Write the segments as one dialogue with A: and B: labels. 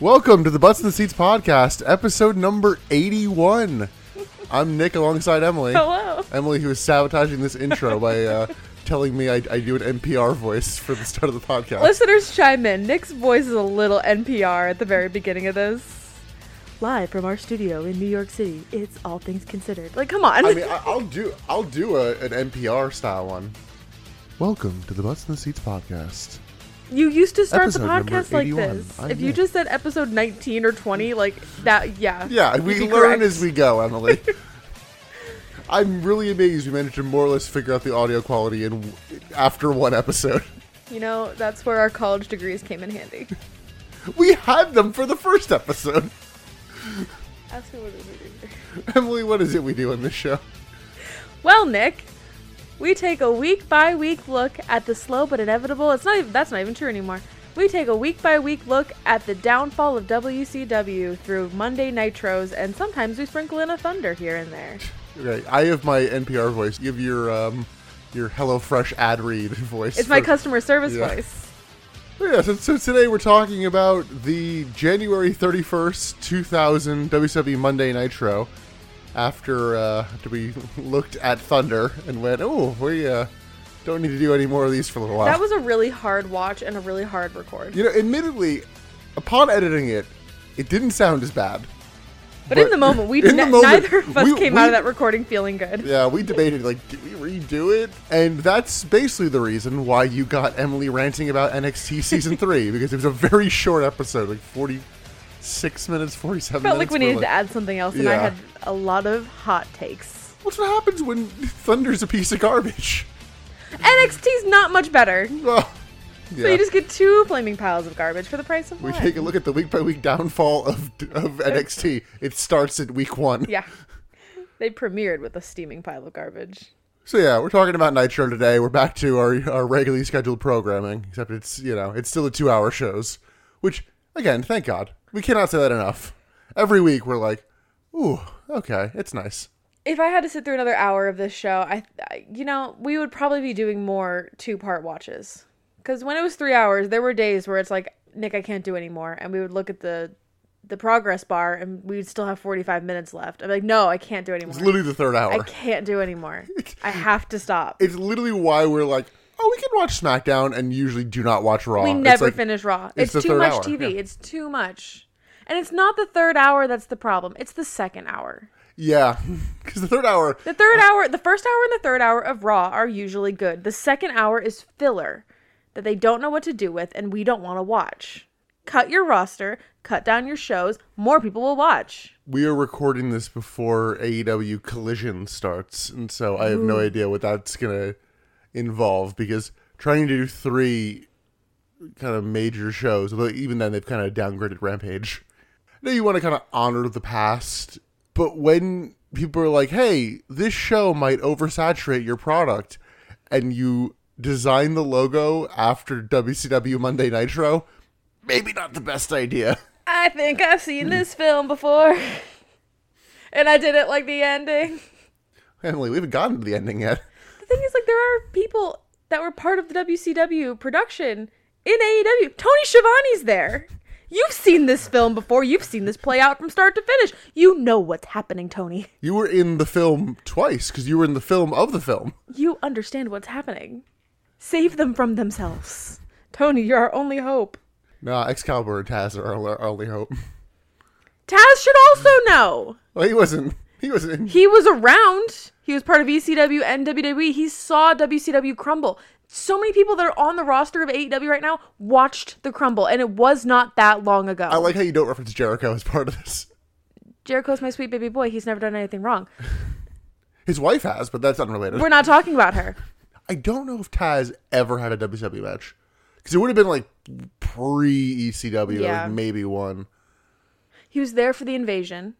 A: Welcome to the Butts in the Seats podcast, episode number 81. I'm Nick alongside Emily.
B: Hello.
A: Emily, who is sabotaging this intro by uh, telling me I, I do an NPR voice for the start of the podcast.
B: Listeners chime in. Nick's voice is a little NPR at the very beginning of this.
C: Live from our studio in New York City, it's all things considered. Like, come on.
A: I mean, I, I'll do I'll do a, an NPR style one. Welcome to the Butts in the Seats podcast.
B: You used to start
A: Episode
B: the
A: number
B: podcast like
A: 81.
B: this.
A: I
B: if you
A: know.
B: just said episode 19 or 20, like that, yeah.
A: Yeah,
B: you'd
A: we
B: be
A: learn
B: correct.
A: as we go, Emily. I'm really amazed we managed to more or less figure out the audio quality in after one episode.
B: You know, that's where our college degrees came in handy.
A: We had them for the first episode.
B: Ask me what it is.
A: Emily, what is it we do on this show?
B: Well, Nick, we take a week by week look at the slow but inevitable. It's not even, that's not even true anymore. We take a week by week look at the downfall of WCW through Monday Nitros, and sometimes we sprinkle in a thunder here and there.
A: Okay, I have my NPR voice. You have your um, your HelloFresh ad read voice.
B: It's my
A: for-
B: customer service
A: Yeah.
B: voice.
A: Yeah, so, so today we're talking about the January 31st, 2000 WWE E Monday Nitro. After uh, after we looked at Thunder and went, oh, we uh, don't need to do any more of these for a little while.
B: That was a really hard watch and a really hard record.
A: you know, admittedly, upon editing it, it didn't sound as bad.
B: but,
A: but
B: in the moment, we
A: in the
B: ne-
A: moment,
B: neither of us
A: we-
B: came
A: we-
B: out of that recording feeling good.
A: Yeah, we debated like, do we redo it? And that's basically the reason why you got Emily ranting about NXT season three because it was a very short episode, like forty-six minutes, forty-seven.
B: Felt like
A: minutes.
B: we
A: We're
B: needed to add something else, and I
A: Yeah.
B: had a lot of hot takes.
A: What's what happens when Thunder's a piece of garbage?
B: NXT's not much better.
A: Well, yeah.
B: So you just get two flaming piles of garbage for the price of
A: we
B: one.
A: take a look at the week by week downfall of of NXT. It starts at week one.
B: Yeah. They premiered with a steaming pile of garbage.
A: So yeah, we're talking about Nitro today. We're back to our our regularly scheduled programming, except it's you know it's still the two hour shows, which again, thank God, we cannot say that enough. Every week we're like, ooh, okay, it's nice.
B: If I had to sit through another hour of this show, I, I you know, we would probably be doing more two-part watches. Cuz when it was 3 hours, there were days where it's like, Nick, I can't do anymore, and we would look at the the progress bar and we would still have 45 minutes left. I'm like, "No, I can't do
A: It's
B: anymore.
A: literally the third
B: I
A: hour.
B: can't do anymore. I have to stop."
A: It's literally why we're like, oh, we can watch SmackDown and usually do not watch Raw.
B: We
A: It's
B: never
A: like-
B: finish Raw.
A: it's
B: It's,
A: the
B: too
A: third
B: much
A: hour,
B: TV.
A: yeah.
B: It's too much. And it's not the third hour that's the problem. It's the second hour.
A: Yeah, because the third hour,
B: The third hour, the first hour and the third hour of Raw are usually good. The second hour is filler that they don't know what to do with and we don't want to watch. Cut your roster, cut down your shows, more people will watch.
A: we are recording this before AEW Collision starts, and so I have no idea what that's gonna involve because trying to do three kind of major shows, although even then they've kind of downgraded Rampage. Now you want to kind of honor the past, but when people are like, "Hey, this show might oversaturate your product," and you design the logo after WCW Monday Nitro, maybe not the best idea.
B: I think I've seen this film before. and I didn't like the ending.
A: Emily, we haven't gotten to the ending yet.
B: thing is, like, there are people that were part of the WCW production in AEW. Tony Schiavone's there. You've seen this film before. You've seen this play out from start to finish. You know what's happening, Tony.
A: You were in the film twice because you were in the film of the film.
B: You understand what's happening. Save them from themselves. Tony, you're our only hope.
A: Nah, Excalibur and Taz are our, our only hope.
B: Taz should also know.
A: Well, he wasn't. He wasn't. In,
B: He was around. He was part of ECW and WWE. He saw WCW crumble. So many people that are on the roster of AEW right now watched the crumble, and it was not that long ago.
A: I like how you don't reference Jericho as part of this.
B: Jericho's my sweet baby boy. He's never done anything wrong.
A: His wife has, but that's unrelated.
B: We're not talking about her.
A: I don't know if Taz ever had a WWE match because it would have been like pre ECW,
B: Yeah.
A: like maybe one.
B: He was there for the invasion.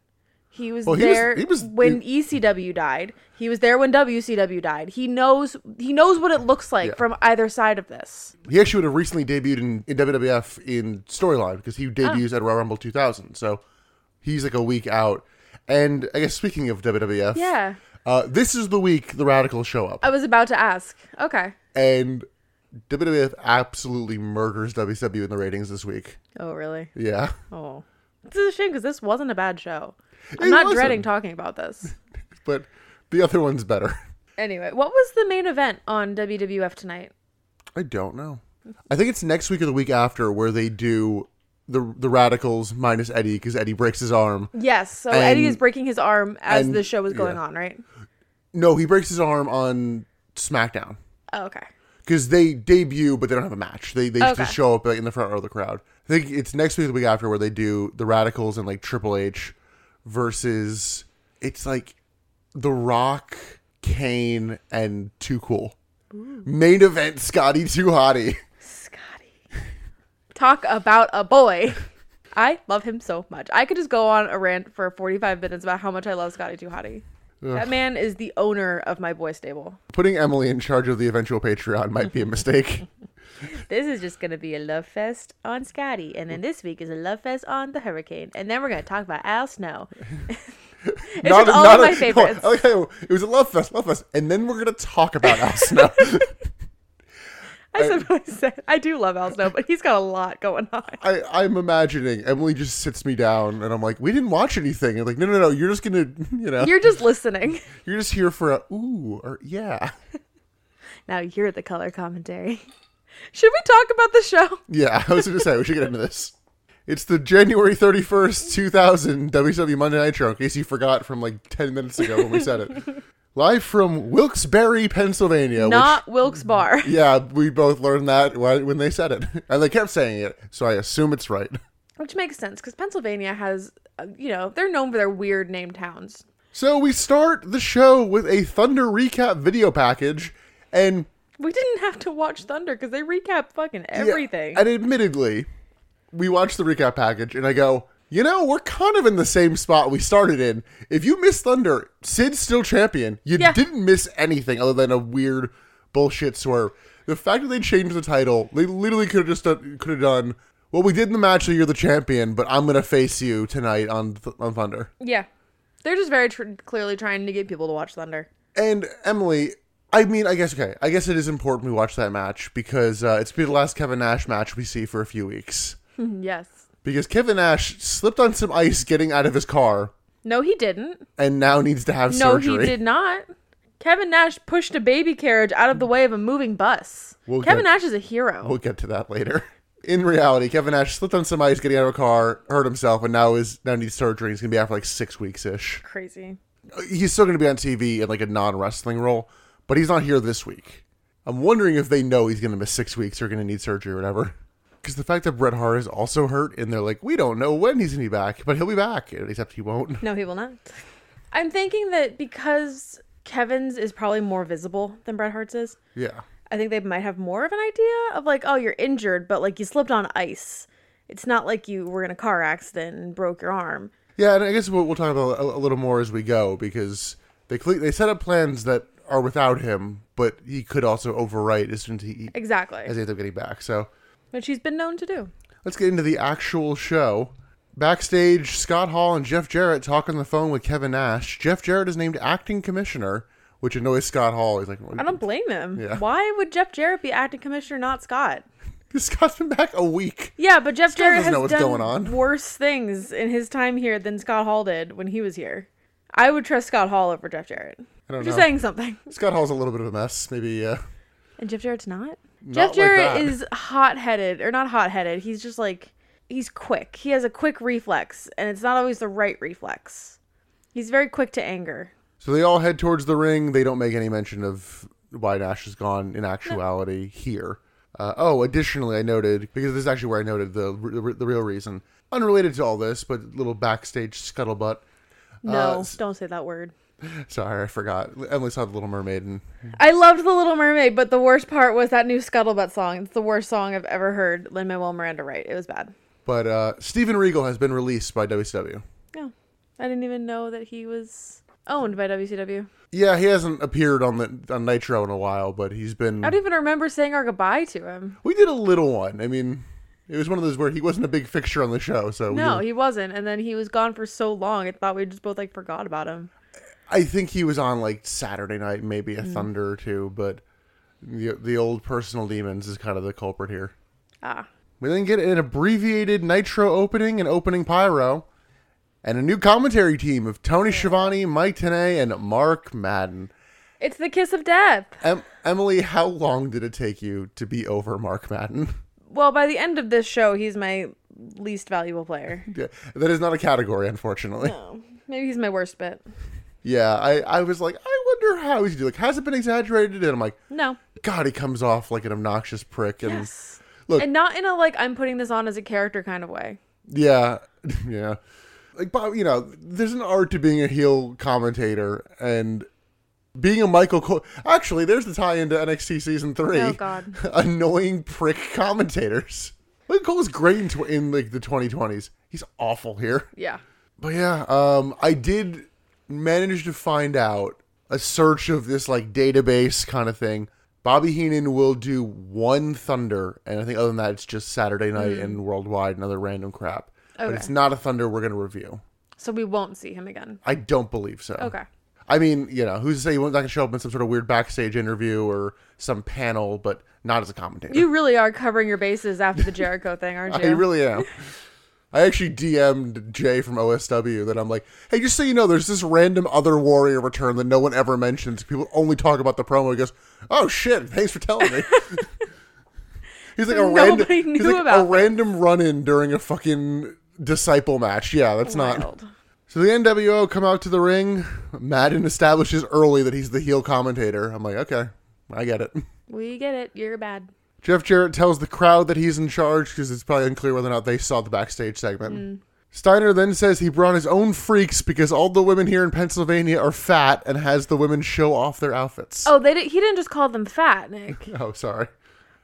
B: He was
A: Well, he was-
B: there
A: he was-
B: when ECW died. He was there when WCW died. He knows he knows what it looks like
A: Yeah.
B: from either side of this.
A: He actually would have recently debuted in, in WWF in storyline because
B: Oh.
A: he debuts at Royal Rumble 2000. So he's like a week out. And I guess speaking of WWF,
B: Yeah.
A: uh, this is the week the Radicals show up.
B: I was about to ask. Okay.
A: and WWF absolutely murders WCW in the ratings this week.
B: Oh, really?
A: Yeah.
B: Oh. This is a shame because this wasn't a bad show. I'm
A: It
B: not
A: wasn't.
B: dreading talking about this.
A: But the other one's better.
B: Anyway, what was the main event on WWF tonight?
A: I don't know. I think it's next week or the week after where they do the the radicals minus Eddie because Eddie breaks his arm.
B: Yes, so Eddie
A: And-
B: is breaking his arm as
A: and-
B: the show is going
A: yeah.
B: on, right?
A: No, he breaks his arm on SmackDown
B: Oh, okay.
A: because they debut, but they don't have a match. They they
B: Okay.
A: just show up like, in the front row of the crowd. I think it's next week or the week after where they do the radicals and like Triple H versus it's like The Rock, Kane, and Too Cool. Main event: Scotty Too Hottie.
B: Scotty. Talk about a boy. I love him so much. I could just go on a rant for 45 minutes about how much I love Scotty Tuhati. That man is the owner of my boy stable.
A: Putting Emily in charge of the eventual Patreon might be a mistake.
B: This is just going to be a love fest on Scotty. And then this week is a love fest on the Hurricane. And then we're going to talk about Al Snow. it's just all of
A: a- Oh,
B: my favorites.
A: No, okay, it was a love fest, love fest, and then we're gonna talk about Al Snow.
B: I suppose that- I do love Al Snow, but he's got a lot going on.
A: I, I'm imagining Emily just sits me down, and I'm like, "We didn't watch anything." And like, no, no, no, you're just gonna, you know, you're,
B: You're just listening.
A: just here for a ooh or yeah,
B: Now you're the color commentary. Should we talk about the show?
A: yeah. I was gonna say we should get into this. It's the January 31st, 2000 WWE E Monday Night Show. In case you forgot from like 10 minutes ago when we said it, live from Wilkes-Barre, Pennsylvania.
B: Not Wilkes Bar.
A: which, yeah, we both learned that wh- when they said it, and they kept saying it, so I assume it's right.
B: Which makes sense because Pennsylvania has, uh, you know, they're known for their weird name towns.
A: So we start the show with a Thunder recap video package, and
B: We didn't have to watch Thunder because they recap fucking
A: yeah,
B: everything.
A: and admittedly, we watched the recap package, and I go, you know, we're kind of in the same spot we started in. If you miss Thunder, Sid's still champion. You
B: Yeah.
A: didn't miss anything other than a weird bullshit swerve. The fact that they changed the title, they literally could have just done, could have done. Well, we did in the match, so you're the champion, but I'm gonna face you tonight on th- on Thunder.
B: yeah. They're just very tr- clearly trying to get people to watch Thunder.
A: And Emily, I mean, I guess okay. I guess it is important we watch that match because uh, it's be the last Kevin Nash match we see for a few weeks.
B: yes.
A: Because Kevin Nash slipped on some ice getting out of his car
B: No, he didn't.
A: and now needs to have
B: No,
A: surgery.
B: he did not. Kevin Nash pushed a baby carriage out of the way of a moving bus.
A: We'll
B: Kevin
A: get-
B: Nash is a hero.
A: We'll get to that later. In reality, Kevin Nash slipped on some ice getting out of a car, hurt himself, and now is now needs surgery. He's gonna be out for like six weeks ish.
B: Crazy.
A: He's still gonna be on TV in like a non wrestling role, but he's not here this week. I'm wondering if they know he's gonna miss six weeks or gonna need surgery or whatever. Because the fact that Bret Hart is also hurt, and they're like, we don't know when he's gonna be back, but he'll be back. Except he won't.
B: No, he will not. I'm thinking that because Kevin's is probably more visible than Bret Hart's is,
A: Yeah.
B: I think they might have more of an idea of like, oh, you're injured, but like you slipped on ice. It's not like you were in a car accident and broke your arm.
A: Yeah, and I guess we'll, we'll talk about a, a little more as we go because they cle- they set up plans that are without him, but he could also overwrite as soon as he as
B: Exactly.
A: they end up getting back. So
B: Which he's been known to do.
A: let's get into the actual show. Backstage, Scott Hall and Jeff Jarrett talk on the phone with Kevin Nash. Jeff Jarrett is named acting commissioner, which annoys Scott Hall. He's like,
B: I don't blame him.
A: Yeah.
B: Why would Jeff Jarrett be acting commissioner, not Scott?
A: Scott's been back a week.
B: Yeah, but Jeff Jarrett
A: doesn't
B: has
A: know what's
B: done
A: going on.
B: worse things in his time here than Scott Hall did when he was here. I would trust Scott Hall over Jeff Jarrett.
A: I don't
B: Just
A: know.
B: saying something.
A: Scott Hall's a little bit of a mess. Maybe uh,
B: And Jeff Jarrett's not.
A: like
B: Jeff Jarrett
A: that.
B: is hot-headed or not hot-headed. He's just like he's quick. He has a quick reflex, and it's not always the right reflex. He's very quick to anger.
A: So they all head towards the ring. They don't make any mention of why Nash is gone in actuality here. Uh, oh, additionally, I noted because this is actually where I noted the the, the real reason, unrelated to all this, but little backstage scuttlebutt.
B: No,
A: Uh, s-
B: don't say that word.
A: Sorry, I forgot. Emily saw the Little Mermaid, and
B: I loved The Little Mermaid, but the worst part was that new Scuttlebutt song. It's the worst song I've ever heard Lin Manuel Miranda write. It was bad.
A: but uh, Steven Regal has been released by WCW.
B: Yeah, I didn't even know that he was owned by WCW.
A: Yeah, he hasn't appeared on the on Nitro in a while, but he's been.
B: I don't even remember saying our goodbye to him.
A: we did a little one. I mean, it was one of those where he wasn't a big fixture on the show, so we
B: No, he wasn't. And then he was gone for so long, I thought we just both like forgot about him.
A: I think he was on like Saturday night, maybe a Thunder or two, but The the old personal demons is kind of the culprit here.
B: Ah,
A: We then get an abbreviated Nitro opening and opening pyro, and a new commentary team of Tony Schiavone, Mike Tenay, and Mark Madden.
B: it's the kiss of death.
A: Em- Emily, how long did it take you to be over Mark Madden?
B: Well, by the end of this show, he's my least valuable player.
A: Yeah, that is not a category, unfortunately.
B: Oh, maybe he's my worst bit.
A: Yeah, I, I was like, I wonder how he's doing. Like, has it been exaggerated? And I'm like,
B: No.
A: God, he comes off like an obnoxious prick. And
B: Yes.
A: Look-
B: and not in a like I'm putting this on as a character kind of way.
A: yeah, yeah. Like, Bob, you know, there's an art to being a heel commentator and being a Michael. Co- Actually, there's the tie into NXT season three.
B: Oh, God.
A: annoying prick commentators. Michael Cole was great in, tw- in like the 2020s. He's awful here.
B: Yeah.
A: But yeah, um, I did manage to find out a search of this like database kind of thing. Bobby Heenan will do one Thunder, and I think other than that, it's just Saturday Night and Worldwide and other random crap. But
B: Hmm. Okay.
A: it's not a Thunder we're going to review.
B: So we won't see him again.
A: I don't believe so.
B: Okay.
A: I mean, you know, who's to say he won't not gonna show up in some sort of weird backstage interview or some panel, but not as a commentator.
B: You really are covering your bases after the Jericho thing, aren't
A: I
B: you?
A: really am. I actually DM'd Jay from OSW that I'm like, hey, just so you know, there's this random other warrior return that no one ever mentions. People only talk about the promo. He goes, oh shit, thanks for telling me. he's like a
B: Nobody
A: random, he's
B: knew
A: like
B: about
A: a
B: this.
A: random run in during a fucking disciple match. Yeah, that's not.
B: Wild.
A: So the NWO come out to the ring. Madden establishes early that he's the heel commentator. I'm like, okay, I get it.
B: We get it. You're bad.
A: Jeff Jarrett tells the crowd that he's in charge because it's probably unclear whether or not they saw the backstage segment.
B: Hmm.
A: Steiner then says he brought his own freaks because all the women here in Pennsylvania are fat and has the women show off their outfits.
B: Oh, they did, he didn't just call them fat, Nick.
A: Oh, sorry.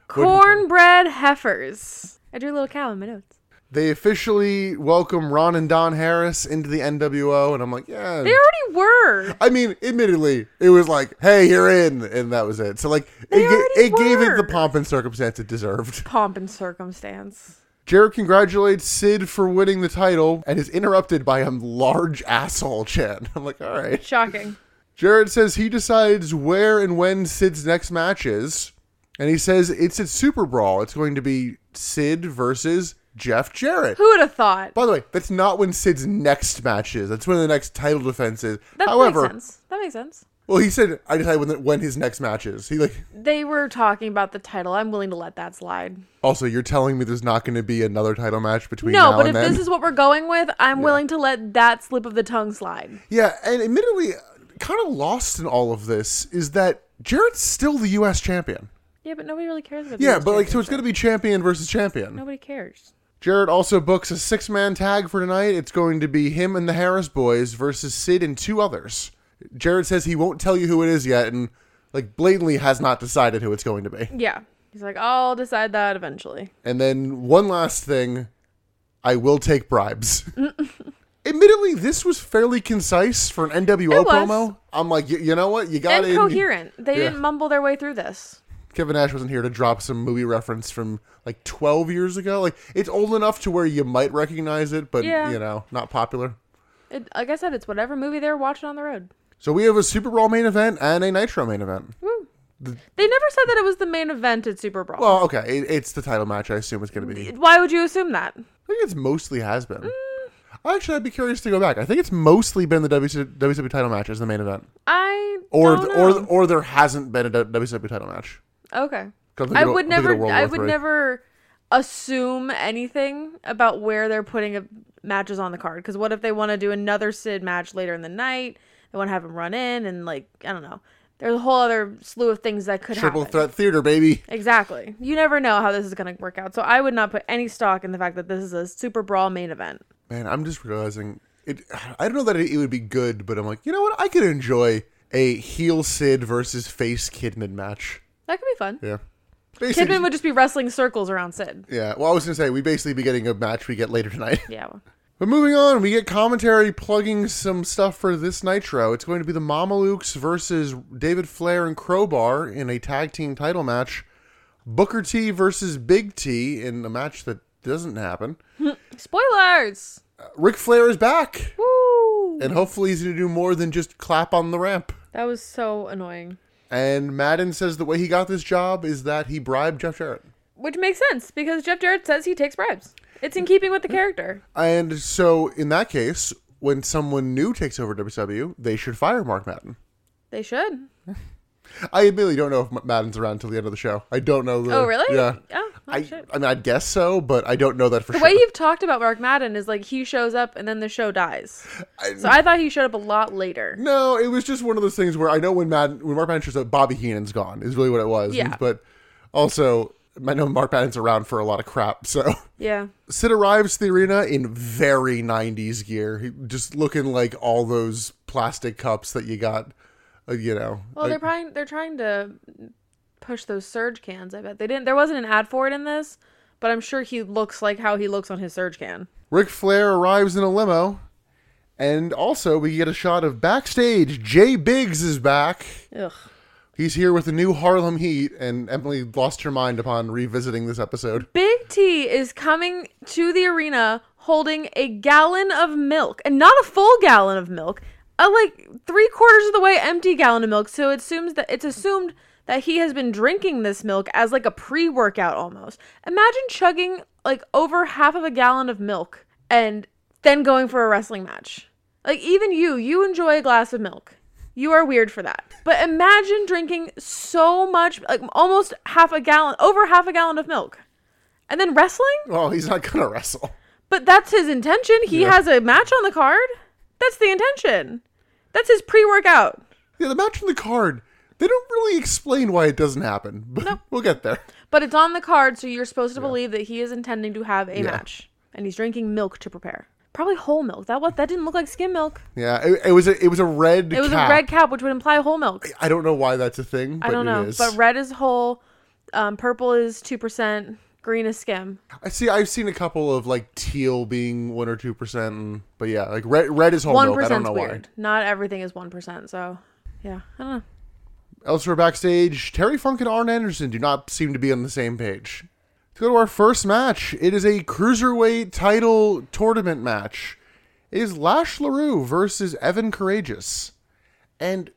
B: Cornbread heifers. I drew a little cow in my notes.
A: They officially welcome Ron and Don Harris into the NWO, and I'm like, yeah.
B: They already were.
A: I mean, admittedly, it was like, hey, you're in, and that was it. So, like,
B: They
A: it, ga-
B: already
A: it gave it the
B: were.
A: pomp and circumstance it deserved.
B: Pomp and circumstance.
A: Jared congratulates Sid for winning the title and is interrupted by a large asshole chant. I'm like, all right.
B: Shocking.
A: Jared says he decides where and when Sid's next match is, and he says it's at Super Brawl. It's going to be Sid versus Jeff Jarrett.
B: Who would have thought?
A: By the way, that's not when Sid's next match is. That's when the next title defense is.
B: That
A: However,
B: makes sense. That makes sense.
A: well, he said I decide when, when his next match is. He like
B: They were talking about the title. I'm willing to let that slide.
A: also you're telling me there's not going to be another title match between
B: No,
A: now
B: but
A: and
B: if
A: then.
B: this is what we're going with, I'm willing to let that slip of the tongue slide.
A: Yeah, and admittedly, kind of lost in all of this is that Jarrett's still the U.S. champion.
B: Yeah, but nobody really cares about. the
A: Yeah,
B: US
A: but like, so it's
B: championship.
A: going to be champion versus champion.
B: Nobody cares.
A: Jarrett also books a six man tag for tonight. It's going to be him and the Harris boys versus Sid and two others. Jarrett says he won't tell you who it is yet and, like, blatantly has not decided who it's going to be.
B: Yeah, he's like, I'll decide that eventually.
A: And then one last thing I will take bribes. Admittedly, this was fairly concise for an NWO
B: It was.
A: promo. I'm like, y- you know what? You got
B: And
A: it. in-
B: coherent. They
A: Yeah.
B: didn't mumble their way through this.
A: Kevin Nash wasn't here to drop some movie reference from like 12 years ago. Like it's old enough to where you might recognize it, but
B: Yeah.
A: you know, not popular.
B: It, like I said, it's whatever movie they're watching on the road.
A: So we have a Super Bowl main event and a Nitro main event.
B: Woo. They never said that it was the main event at Super Bowl.
A: Well, okay, it, it's the title match. I assume it's going to be. I
B: Why would you assume that?
A: think it's mostly has
B: Mm.
A: been. Actually, I'd be curious to go back. I think it's mostly been the WC WCW title match as the main event,
B: I
A: or
B: don't
A: th-
B: know.
A: or or there hasn't been a WCW title match.
B: Okay.
A: 'Cause
B: I
A: think it-
B: would
A: think it
B: never.
A: World
B: I
A: War
B: would
A: III.
B: never assume anything about where they're putting a, matches on the card. Because what if they want to do another Sid match later in the night? They want to have him run in and like I don't know. There's a whole other slew of things that could
A: Triple
B: happen.
A: threat theater, baby.
B: Exactly. You never know how this is going to work out. So I would not put any stock in the fact that this is a super brawl main event.
A: Man, I'm just realizing it. I don't know that it, it would be good, but I'm like, you know what? I could enjoy a heel Sid versus face Kidman match.
B: That could be fun.
A: Yeah.
B: Kidman
A: Basically,
B: would just be wrestling circles around Sid.
A: yeah. Well, I was gonna say we basically be getting a match we get later tonight.
B: Yeah. well,
A: But moving on, we get commentary plugging some stuff for this Nitro. It's going to be the Mamalukes versus David Flair and Crowbar in a tag team title match. Booker T versus Big T in a match that doesn't happen.
B: Spoilers.
A: Ric Flair is back,
B: Woo.
A: and hopefully he's gonna do more than just clap on the ramp.
B: That was so annoying.
A: And Madden says the way he got this job is that he bribed Jeff Jarrett.
B: Which makes sense because Jeff Jarrett says he takes bribes. It's in keeping with the character.
A: And so, in that case, when someone new takes over WCW, they should fire Mark Madden.
B: They should.
A: I admittedly don't know if M- Madden's around till the end of the show. I don't know. The,
B: Oh, really?
A: Yeah.
B: Oh, oh,
A: I,
B: shit.
A: I mean, I'd guess so, but I don't know that for
B: The
A: sure.
B: way you've talked about Mark Madden is like he shows up and then the show dies.
A: I-
B: So I thought he showed up a lot later.
A: no, it was just one of those things where I know when Madden, when Mark Madden shows up, Bobby Heenan's gone. Is really what it was.
B: Yeah.
A: But also, I know Mark Madden's around for a lot of crap. So
B: Yeah.
A: Sid arrives to the arena in very '90s gear, He- just looking like all those plastic cups that you got. uh, You know,
B: Well, they're probably they're trying to push those surge cans. I bet they didn't. There wasn't an ad for it in this, but I'm sure he looks like how he looks on his surge can.
A: Ric Flair arrives in a limo, and also we get a shot of backstage. Jay Biggs is back.
B: Ugh.
A: He's here with the new Harlem Heat, and Emily lost her mind upon revisiting this episode.
B: Big T is coming to the arena holding a gallon of milk, and not a full gallon of milk, a like three quarters of the way empty gallon of milk. So it assumes that it's assumed that he has been drinking this milk as like a pre-workout almost. Imagine chugging like over half of a gallon of milk and then going for a wrestling match. Like even you, you enjoy a glass of milk. You are weird for that. But imagine drinking so much, like almost half a gallon, over half a gallon of milk. And then wrestling?
A: Well, Oh, he's not gonna wrestle.
B: But that's his intention. He has a match on the card. That's the intention. That's his pre workout.
A: Yeah, the match on the card. They don't really explain why it doesn't happen, but we'll get there.
B: But it's on the card, so you're supposed to believe that he is intending to have a
A: Yeah.
B: match. And he's drinking milk to prepare. Probably whole milk. That what that didn't look like skim milk.
A: Yeah, it, it was a it was a red.
B: It was
A: cap.
B: a red cap, which would imply whole milk.
A: I don't know why that's a thing. But
B: I don't
A: it
B: know.
A: is.
B: But red is whole, um, purple is two percent, green is skim.
A: I see. I've seen a couple of like teal being one or two percent, but yeah, like red. Red is whole
B: One
A: milk. I don't
B: percent's
A: know
B: weird. Not everything is one percent, so yeah. I don't know.
A: why. Elsewhere backstage, Terry Funk and Arn Anderson do not seem to be on the same page. Let's go to our first match. It is a cruiserweight title tournament match. It is Lash LaRue versus Evan Courageous, and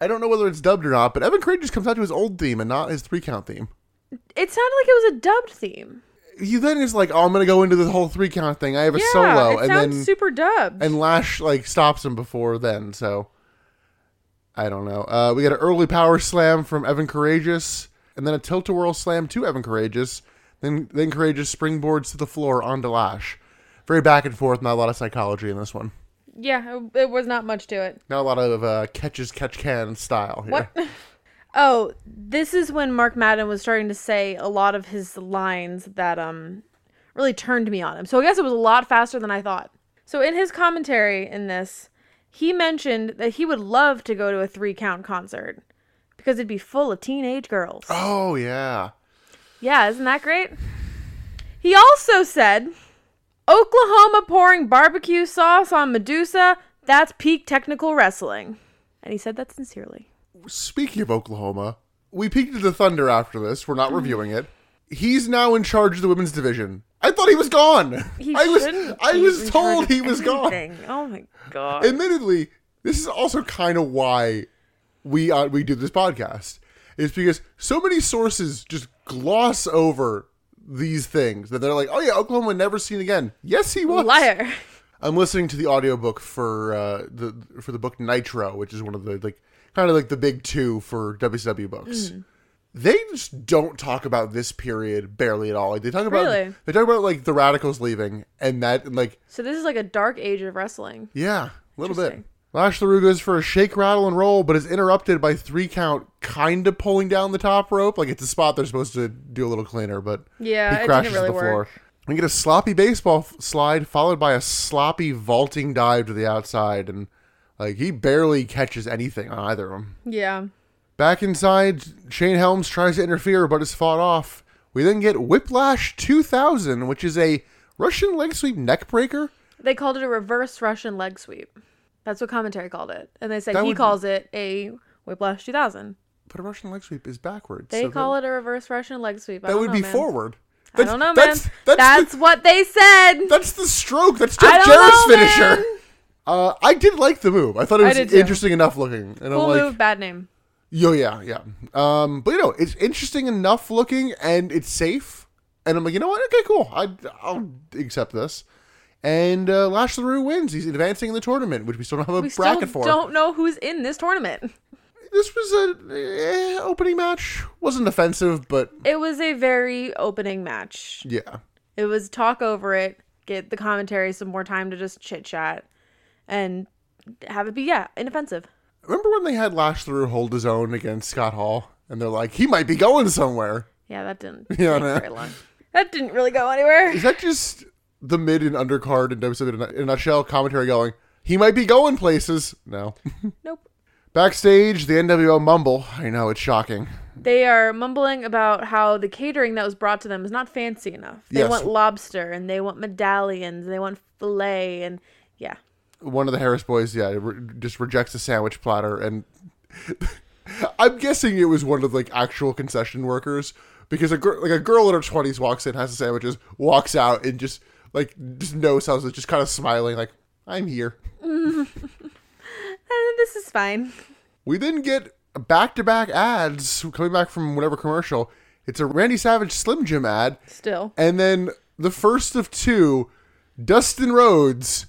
A: I don't know whether it's dubbed or not, but Evan Courageous comes out to his old theme and not his three count theme.
B: It sounded like it was a dubbed theme.
A: He then is like, "Oh, I'm gonna go into the whole three count thing. I have a
B: Yeah,
A: solo,"
B: it
A: and
B: sounds
A: then
B: super dubbed.
A: and Lash like stops him before then. So I don't know. Uh, we got an early power slam from Evan Courageous, and then a tilt a whirl slam to Evan Courageous. Then then Courageous springboards to the floor onto Lash. Very back and forth. Not a lot of psychology in this one.
B: yeah, it- it was not much to it.
A: Not a lot of uh, catches catch can style here.
B: What? Oh, this is when Mark Madden was starting to say a lot of his lines that um really turned me on him. So I guess it was a lot faster than I thought. So in his commentary in this, he mentioned that he would love to go to a three count concert because it'd be full of teenage girls.
A: Oh yeah.
B: Yeah, isn't that great? He also said Oklahoma pouring barbecue sauce on Medusa, that's peak technical wrestling. And he said that sincerely.
A: Speaking of Oklahoma, we peeked at the Thunder after this. We're not reviewing it. He's now in charge of the women's division. I thought he was gone.
B: He
A: I was
B: shouldn't
A: I
B: be
A: was
B: in
A: told
B: charge of
A: he was gone.
B: anything. Oh my god.
A: admittedly, this is also kind of why we uh, we do this podcast. Is because so many sources just gloss over these things that they're like, "Oh yeah, Oklahoma never seen again." Yes, he was.
B: Liar.
A: I'm listening to the audiobook for uh, the for the book Nitro, which is one of the like kind of like the big two for WCW books. They just don't talk about this period barely at all. Like they talk about
B: Really?
A: they talk about like the radicals leaving and that and like
B: So this is like a dark age of wrestling.
A: yeah, a little bit.
B: Interesting.
A: Lash LaRue goes for a shake, rattle, and roll, but is interrupted by three count, kind of pulling down the top rope. Like it's a spot they're supposed to do a little cleaner, but
B: Yeah, it
A: he
B: didn't
A: crashes
B: really
A: the floor.
B: work.
A: We get a sloppy baseball f- slide followed by a sloppy vaulting dive to the outside, and like he barely catches anything on either of them.
B: Yeah.
A: Back inside, Shane Helms tries to interfere but is fought off. We then get Whiplash 2000, which is a Russian leg sweep neck breaker.
B: They called it a reverse Russian leg sweep. That's what commentary called it. And they said
A: That
B: he
A: would-
B: calls it a Whiplash 2000.
A: But a Russian leg sweep is backwards.
B: They
A: so that-
B: call it a reverse Russian leg sweep. I
A: That
B: don't
A: would
B: know,
A: be
B: man.
A: forward.
B: I don't know, man.
A: That's,
B: That's,
A: that's,
B: what they said.
A: the, that's the stroke. That's
B: I
A: Jeff
B: don't
A: Jarrett's
B: know,
A: finisher.
B: man.
A: Uh, I did like the move. I thought it
B: I
A: was
B: did too.
A: interesting enough looking. And
B: Cool
A: I'm like,
B: move, bad name.
A: Yo, yeah, yeah. Um, but you know, it's interesting enough looking, and it's safe. And I'm like, you know what? Okay, cool. I, I'll accept this. And uh, Lash LaRue wins. He's advancing in the tournament, which we still don't have a
B: We still
A: bracket for.
B: don't know who's in this tournament.
A: This was a eh, opening match. wasn't offensive, but
B: It was a very opening match.
A: yeah,
B: It was talk over it, get the commentary some more time to just chit chat, and have it be yeah inoffensive.
A: Remember when they had Lash LaRue hold his own against Scott Hall? And they're like, he might be going somewhere.
B: Yeah, that didn't
A: Yeah,
B: take
A: no.
B: very long. That didn't really go anywhere.
A: Is that just the mid and undercard in WWE in a- in a nutshell commentary going, he might be going places? No.
B: Nope.
A: Backstage, the NWO Mumble. I know, it's shocking.
B: They are mumbling about how the catering that was brought to them is not fancy enough. They
A: Yes.
B: want lobster and they want medallions and they want filet and yeah.
A: One of the Harris boys, yeah, re- just rejects the sandwich platter. And I'm guessing it was one of like actual concession workers because a girl, like a girl in her 20s walks in, has the sandwiches, walks out, and just like, just no sounds, just kind of smiling, like, I'm here.
B: Eh, this is fine.
A: We then get back to back ads coming back from whatever commercial. It's a Randy Savage Slim Jim ad.
B: Still.
A: And then the first of two, Dustin Rhodes.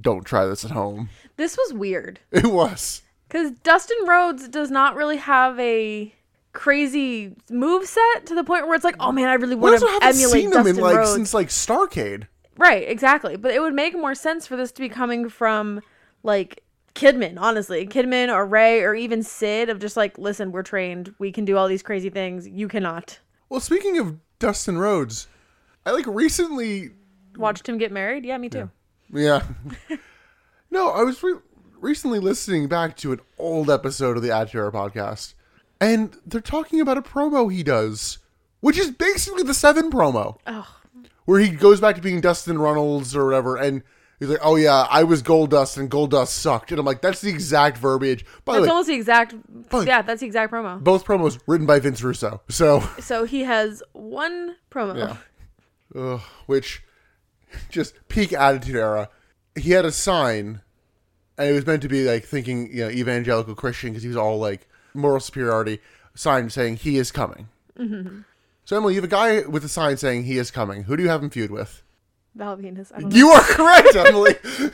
A: Don't try this at home.
B: This was weird.
A: It was.
B: Because Dustin Rhodes does not really have a crazy move set to the point where it's like, oh man, I really
A: We
B: want
A: also
B: to
A: haven't
B: emulate
A: seen
B: Dustin
A: him in like
B: Rhodes.
A: since like Starcade.
B: Right, exactly. But it would make more sense for this to be coming from like Kidman, honestly. Kidman or Ray or even Sid of just like, listen, we're trained. We can do all these crazy things. You cannot.
A: Well, speaking of Dustin Rhodes, I like recently.
B: Watched him get married. Yeah, me too.
A: Yeah. no, I was re- recently listening back to an old episode of the Ad Terror podcast, and they're talking about a promo he does, which is basically the Seven promo.
B: Ugh.
A: where he goes back to being Dustin Runnels or whatever, and he's like, "Oh yeah, I was Gold Dust, and Gold Dust sucked." And I'm like, "That's the exact verbiage." By the
B: That's
A: way,
B: almost the exact.
A: Fine.
B: Yeah, that's the exact promo.
A: both promos written by Vince Russo, so
B: So he has one promo.
A: Yeah. ugh, which just peak attitude era. He had a sign, and it was meant to be like thinking, you know, evangelical Christian because he was all like moral superiority sign saying he is coming. So Emily, you have a guy with a sign saying he is coming. Who do you have him feud with?
B: Val Venus. I don't know.
A: You are correct, Emily.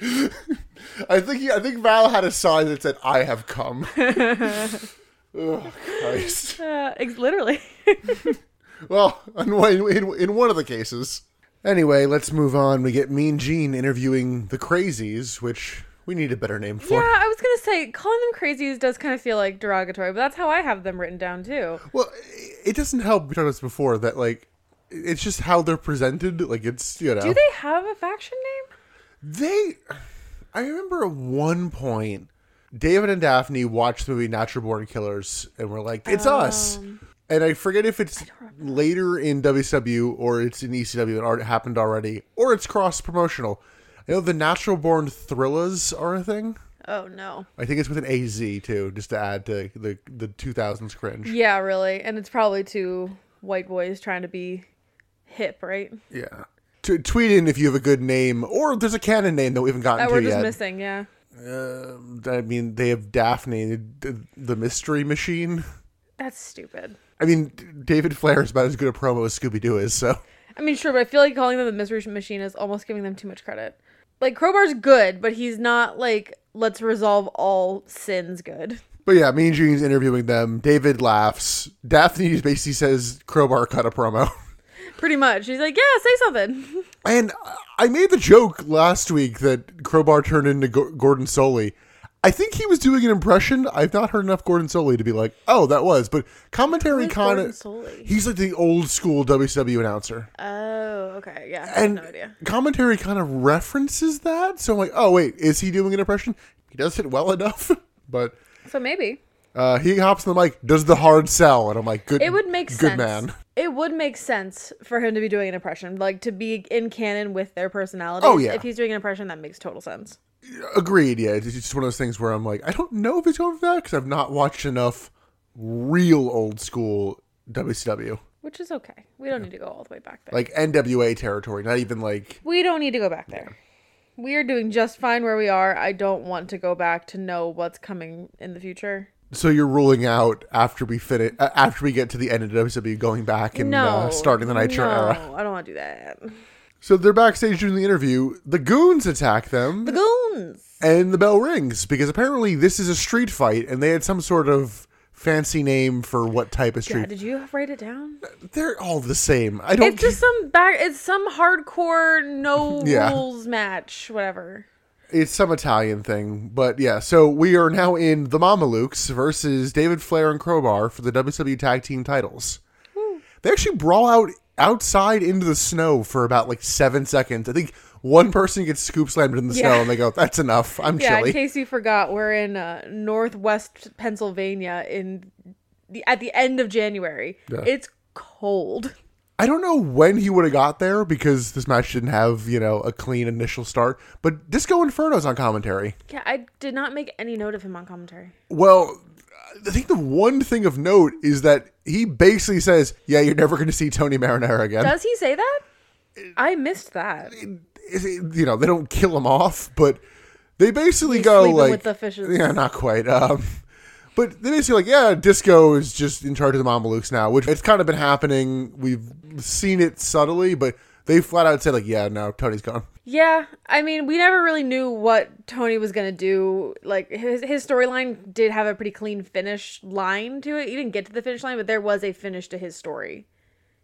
A: I think he, I think Val had a sign that said "I have come." oh Christ!
B: Uh, ex- literally.
A: Well, in, one- in, in one of the cases. Anyway, let's move on. We get Mean Gene interviewing the Crazies, which we need a better name for.
B: Yeah, I was gonna say calling them crazies does kind of feel like derogatory, but that's how I have them written down too.
A: Well, it- it doesn't help. We talked about this before that like it's just how they're presented. Like it's you know
B: Do they have a faction name?
A: They, I remember at one point, David and Daphne watched the movie Natural Born Killers and were like, "It's us."
B: Um,
A: And I forget if it's later in WCW or it's in ECW and art happened already, or it's cross promotional. I know the Natural Born Thrillers are a thing.
B: Oh no.
A: I think it's with an AZ too, just to add to the the 2000s cringe.
B: Yeah, really, and it's probably two white boys trying to be hip, right?
A: Yeah. T- tweet in if you have a good name, or if there's a canon name that we haven't gotten
B: That
A: to
B: we're just
A: yet.
B: missing. Yeah.
A: Um, I mean, they have Daphne, the, the mystery machine.
B: That's stupid.
A: I mean, D- David Flair is about as good a promo as Scooby Doo is, so.
B: I mean, sure, but I feel like calling them the Mystery Machine is almost giving them too much credit. Like Crowbar's good, but he's not like let's resolve all sins good.
A: But yeah, Mean Gene's interviewing them. David laughs. Daphne basically says, Crowbar cut a promo.
B: Pretty much. He's like, yeah, say something.
A: And I made the joke last week that Crowbar turned into Go- Gordon Soley. I think he was doing an impression. I've not heard enough Gordon Soley to be like, oh, that was. But commentary
B: Who's
A: kind
B: Gordon
A: of.
B: Soley?
A: He's like the old school WCW announcer.
B: Oh, okay. Yeah. I have
A: and
B: no idea.
A: commentary kind of references that. So I'm like, oh wait, is he doing an impression? He does it well enough, but
B: So maybe.
A: uh, he hops on the mic, does the hard sell, and I'm like, good.
B: It would make
A: good
B: sense.
A: man.
B: It would make sense for him to be doing an impression, like to be in canon with their personality.
A: Oh, yeah.
B: If he's doing an impression, that makes total sense.
A: Agreed. Yeah, it's just one of those things where I'm like, I don't know if he's going for that because I've not watched enough real old school WCW,
B: Which is okay. We don't need to go all the way back there.
A: like NWA territory, not even like
B: we don't need to go back there. We are doing just fine where we are. I don't want to go back to know what's coming in the future.
A: So you're ruling out after we finish, uh, after we get to the end of WW, going back and
B: no,
A: uh, starting the Nitro
B: no,
A: era.
B: I don't want to do that.
A: So they're backstage doing the interview. The goons attack them,
B: The goons.
A: and the bell rings because apparently this is a street fight, and they had some sort of fancy name for what type of
B: Yeah,
A: street.
B: did you write it down?
A: Oh, They're all the same. I don't.
B: It's just some back. It's some hardcore no
A: Yeah.
B: rules match, whatever.
A: It's some Italian thing, but yeah. So we are now in the Mamelukes versus David Flair and Crowbar for the WCW Tag Team titles.
B: Hmm.
A: They actually brawl out outside into the snow for about like seven seconds. I think one person gets scoop slammed in the
B: Yeah.
A: snow, and they go, "That's enough. I'm
B: Yeah,
A: chilly."
B: in case you forgot, we're in uh, Northwest Pennsylvania in the at the end of January. It's cold.
A: I don't know when he would have got there because this match didn't have you know a clean initial start. But Disco Inferno's on commentary.
B: Yeah, I did not make any note of him on commentary.
A: Well, I think the one thing of note is that he basically says, "Yeah, you're never going to see Tony Marinara again."
B: Does he say that? I missed that.
A: is it- you know they don't kill him off, but they basically
B: He's
A: go
B: sleeping
A: like
B: with the fishes.
A: yeah, not quite. Um, but they basically like yeah, Disco is just in charge of the Mamelukes now, which it's kind of been happening. We've seen it subtly, but they flat out said like yeah, no, Tony's gone.
B: Yeah, I mean, we never really knew what Tony was gonna do. Like his his storyline did have a pretty clean finish line to it. He didn't get to the finish line, but there was a finish to his story.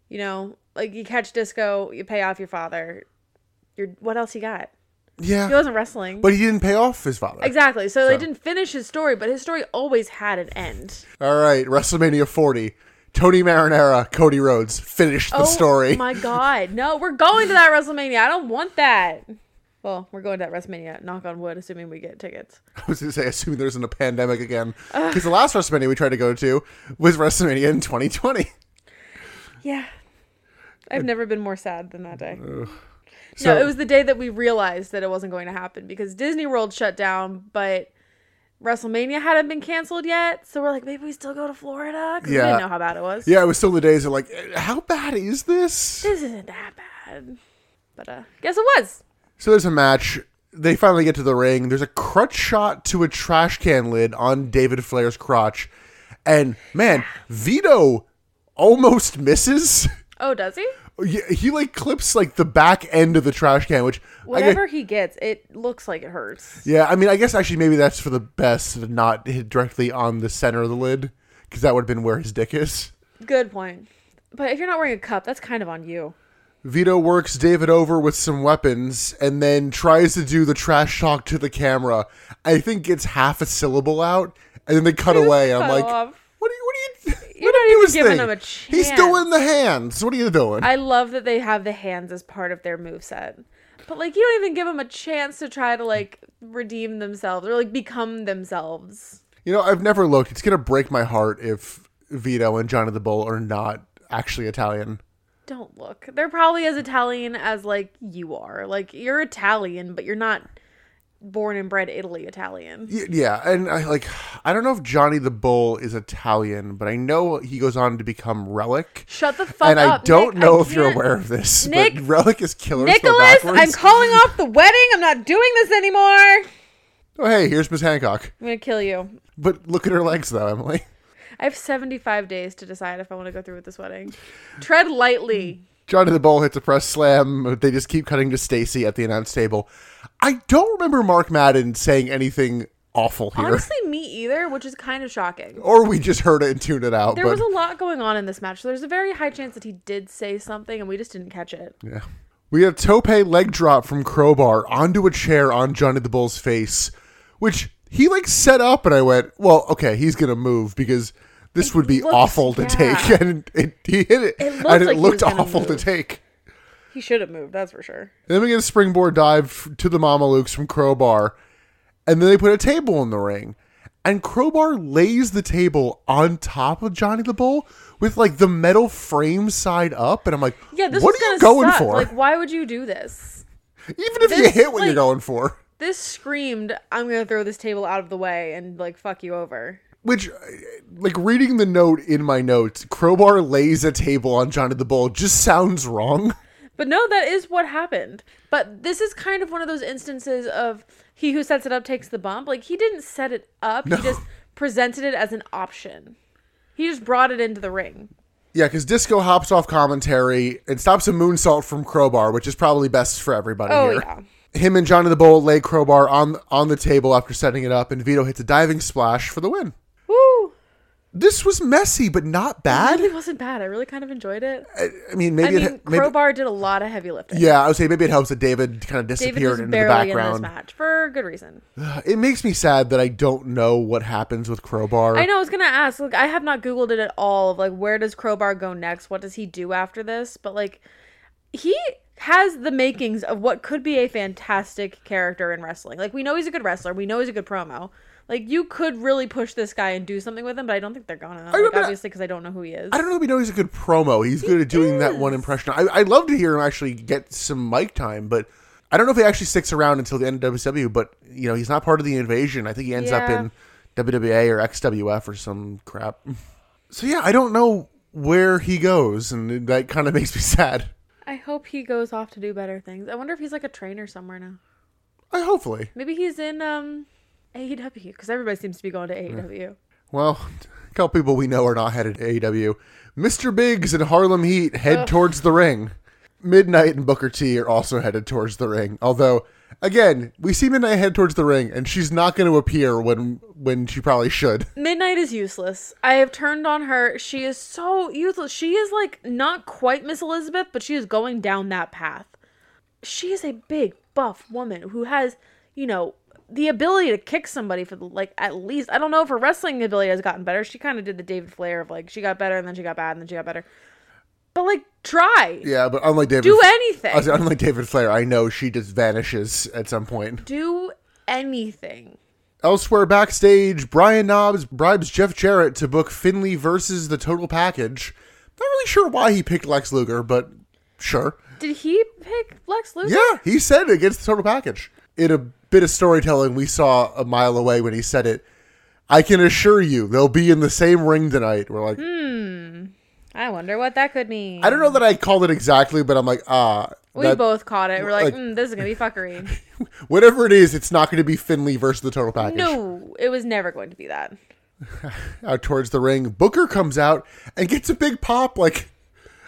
B: You know, like you catch Disco, you pay off your father. Your what else he got? He
A: Yeah,
B: wasn't wrestling.
A: but he didn't pay off his father.
B: exactly. So, they didn't finish his story, but his story always had an end.
A: All right, WrestleMania 40, Tony Marinara, Cody Rhodes finish the story.
B: Oh my god. No, we're going to that WrestleMania. I don't want that. Well, we're going to that WrestleMania, knock on wood, assuming we get tickets.
A: I was going to say, assuming there isn't a pandemic again, because the last WrestleMania we tried to go to was WrestleMania in 2020.
B: Yeah. I've never been more sad than that day.
A: Uh, So-
B: no, it was the day that we realized that it wasn't going to happen because Disney World shut down, but WrestleMania hadn't been canceled yet. So we're like, maybe we still go to Florida? Because we
A: Yeah.
B: didn't know how bad it was.
A: Yeah, it was still the days of like, how bad is this?
B: This isn't that bad. But uh, guess it was.
A: So there's a match. They finally get to the ring. There's a crutch shot to a trash can lid on David Flair's crotch. And man, Vito almost misses.
B: Oh, does he?
A: He he, like clips like the back end of the trash can, which I guess,
B: Whatever he gets, it looks like it hurts.
A: yeah, I mean, I guess actually maybe that's for the best to not hit directly on the center of the lid because that would have been where his dick is.
B: Good point. But if you're not wearing a cup, that's kind of on you.
A: Vito works David over with some weapons and then tries to do the trash talk to the camera. I think gets half a syllable out and then they cut away. I'm
B: cut
A: like,
B: off.
A: what are you? What are you? let
B: You're not
A: do
B: even
A: his
B: giving him a
A: He's
B: chance.
A: doing the hands. What are you doing?
B: I love that they have the hands as part of their moveset. But like you don't even give them a chance to try to like redeem themselves or like become themselves.
A: you know, I've never looked. It's gonna break my heart if Vito and Johnny the Bull are not actually Italian.
B: Don't look. They're probably as Italian as like you are. Like you're Italian, but you're not born and bred Italy Italian.
A: Y- Yeah, and I like. I don't know if Johnny the Bull is Italian, but I know he goes on to become Relic.
B: Shut the fuck
A: and
B: up.
A: I don't
B: Nick.
A: know if you're
B: can't-
A: aware of this,
B: Nick-
A: but Relic is killer. spelled
B: Nicholas, I'm
A: backwards.
B: calling off the wedding. I'm not doing this anymore. I'm
A: Oh, hey, here's Miss Hancock.
B: gonna kill you.
A: But look at her legs, though, Emily.
B: I have 75 days to decide if I want to go through with this wedding. Tread lightly.
A: Johnny the Bull hits a press slam. They just keep cutting to Stacy at the announce table. I don't remember Mark Madden saying anything awful here,
B: Honestly, me either, which is kind of shocking.
A: or we just heard it and tuned it out.
B: There
A: but
B: was a lot going on in this match, so there's a very high chance that he did say something and we just didn't catch it.
A: yeah, we had a tope leg drop from Crowbar onto a chair on Johnny the Bull's face, which he like set up, and I went, "Well, okay, he's gonna move because." This would be
B: looks-
A: awful to
B: yeah.
A: take, and it, he hit it,
B: It looked
A: and it
B: like he
A: looked
B: was gonna
A: awful to
B: move.
A: take.
B: He should have moved, that's for sure.
A: Then we get a springboard dive f- to the Mamelukes from Crowbar, and then they put a table in the ring. And Crowbar lays the table on top of Johnny the Bull with like the metal frame side up, and I'm like,
B: Yeah, this
A: what
B: was
A: are
B: gonna
A: you going
B: suck.
A: for?
B: Like, why would you do this?
A: Even if you
B: this,
A: hit what you're
B: like-
A: going for,
B: This screamed, I'm gonna throw this table out of the way and like fuck you over.
A: which uh, like reading the note in my notes, Crowbar lays a table on Johnny the Bull just sounds wrong.
B: But no, that is what happened. But this is kind of one of those instances of he who sets it up takes the bump. Like he didn't set it up,
A: No.
B: he just presented it as an option. He just brought it into the ring.
A: Yeah, because Disco hops off commentary and stops a moonsault from Crowbar, which is probably best for everybody
B: Oh
A: here.
B: yeah.
A: Him and Johnny the Bull lay Crowbar on on the table after setting it up, and Vito hits a diving splash for the win.
B: Woo.
A: This was messy, but not bad.
B: It really wasn't bad. I really kind of enjoyed it.
A: I, I mean,
B: Mhm. I
A: maybe
B: mean,
A: it, maybe,
B: Crowbar did a lot of heavy lifting.
A: yeah, I would say maybe it helps that David kind of
B: David
A: disappeared
B: was
A: into the
B: barely in this
A: background.
B: match for good reason.
A: It makes me sad that I don't know what happens with Crowbar.
B: I know. I was gonna ask. Like, I have not googled it at all. Of like, where does Crowbar go next? What does he do after this? But like, he has the makings of what could be a fantastic character in wrestling. Like, we know he's a good wrestler. We know he's a good promo. Like, you could really push this guy and do something with him, but I don't think they're gonna. Like,
A: remember-
B: obviously, because I don't know who he is.
A: I don't know if we know he's a good promo. He's good at doing that one impression. I, I'd love to hear him actually get some mic time, but I don't know if he actually sticks around until the end of WCW. But you know, he's not part of the invasion. I think he ends up
B: Yeah.
A: in WWA or XWF or some crap. So yeah, I don't know where he goes, and that kind of makes me sad.
B: I hope he goes off to do better things. I wonder if he's like a trainer somewhere now.
A: I hopefully.
B: Maybe he's in um AEW because everybody seems to be going to E AEW.
A: Well, a couple people we know are not headed to AEW. Mr. Biggs and Harlem Heat head towards the ring. Midnight and Booker T are also headed towards the ring. Although, again, we see Midnight head towards the ring, and she's not going to appear when when she probably should.
B: Midnight is useless. I have turned on her. She is so useless. She is like not quite Miss Elizabeth, but she is going down that path. She is a big buff woman who has, you know, the ability to kick somebody for like at least I don't know if her wrestling ability has gotten better. She kind of did the David Flair of like she got better and then she got bad and then she got better. But like try.
A: Yeah, but unlike David,
B: Do anything.
A: I was- Unlike David Flair, I know she just vanishes at some point.
B: Do anything.
A: Elsewhere backstage, Brian Knobs bribes Jeff Jarrett to book Finley versus the Total Package. Not really sure why he picked Lex Luger, but sure.
B: Did he pick Lex Luthor?
A: Yeah, he said it against the total package. In a bit of storytelling we saw a mile away when he said it, I can assure you they'll be in the same ring tonight. We're like,
B: I wonder what that could mean.
A: I don't know that I called it exactly, but I'm like, ah,
B: We
A: that-
B: both caught it. We're like,
A: like-
B: mm, this is gonna be fuckery.
A: whatever it is, it's not going to be Finley versus the total package.
B: no, it was never going to be that.
A: Out towards the ring, Booker comes out and gets a big pop. Like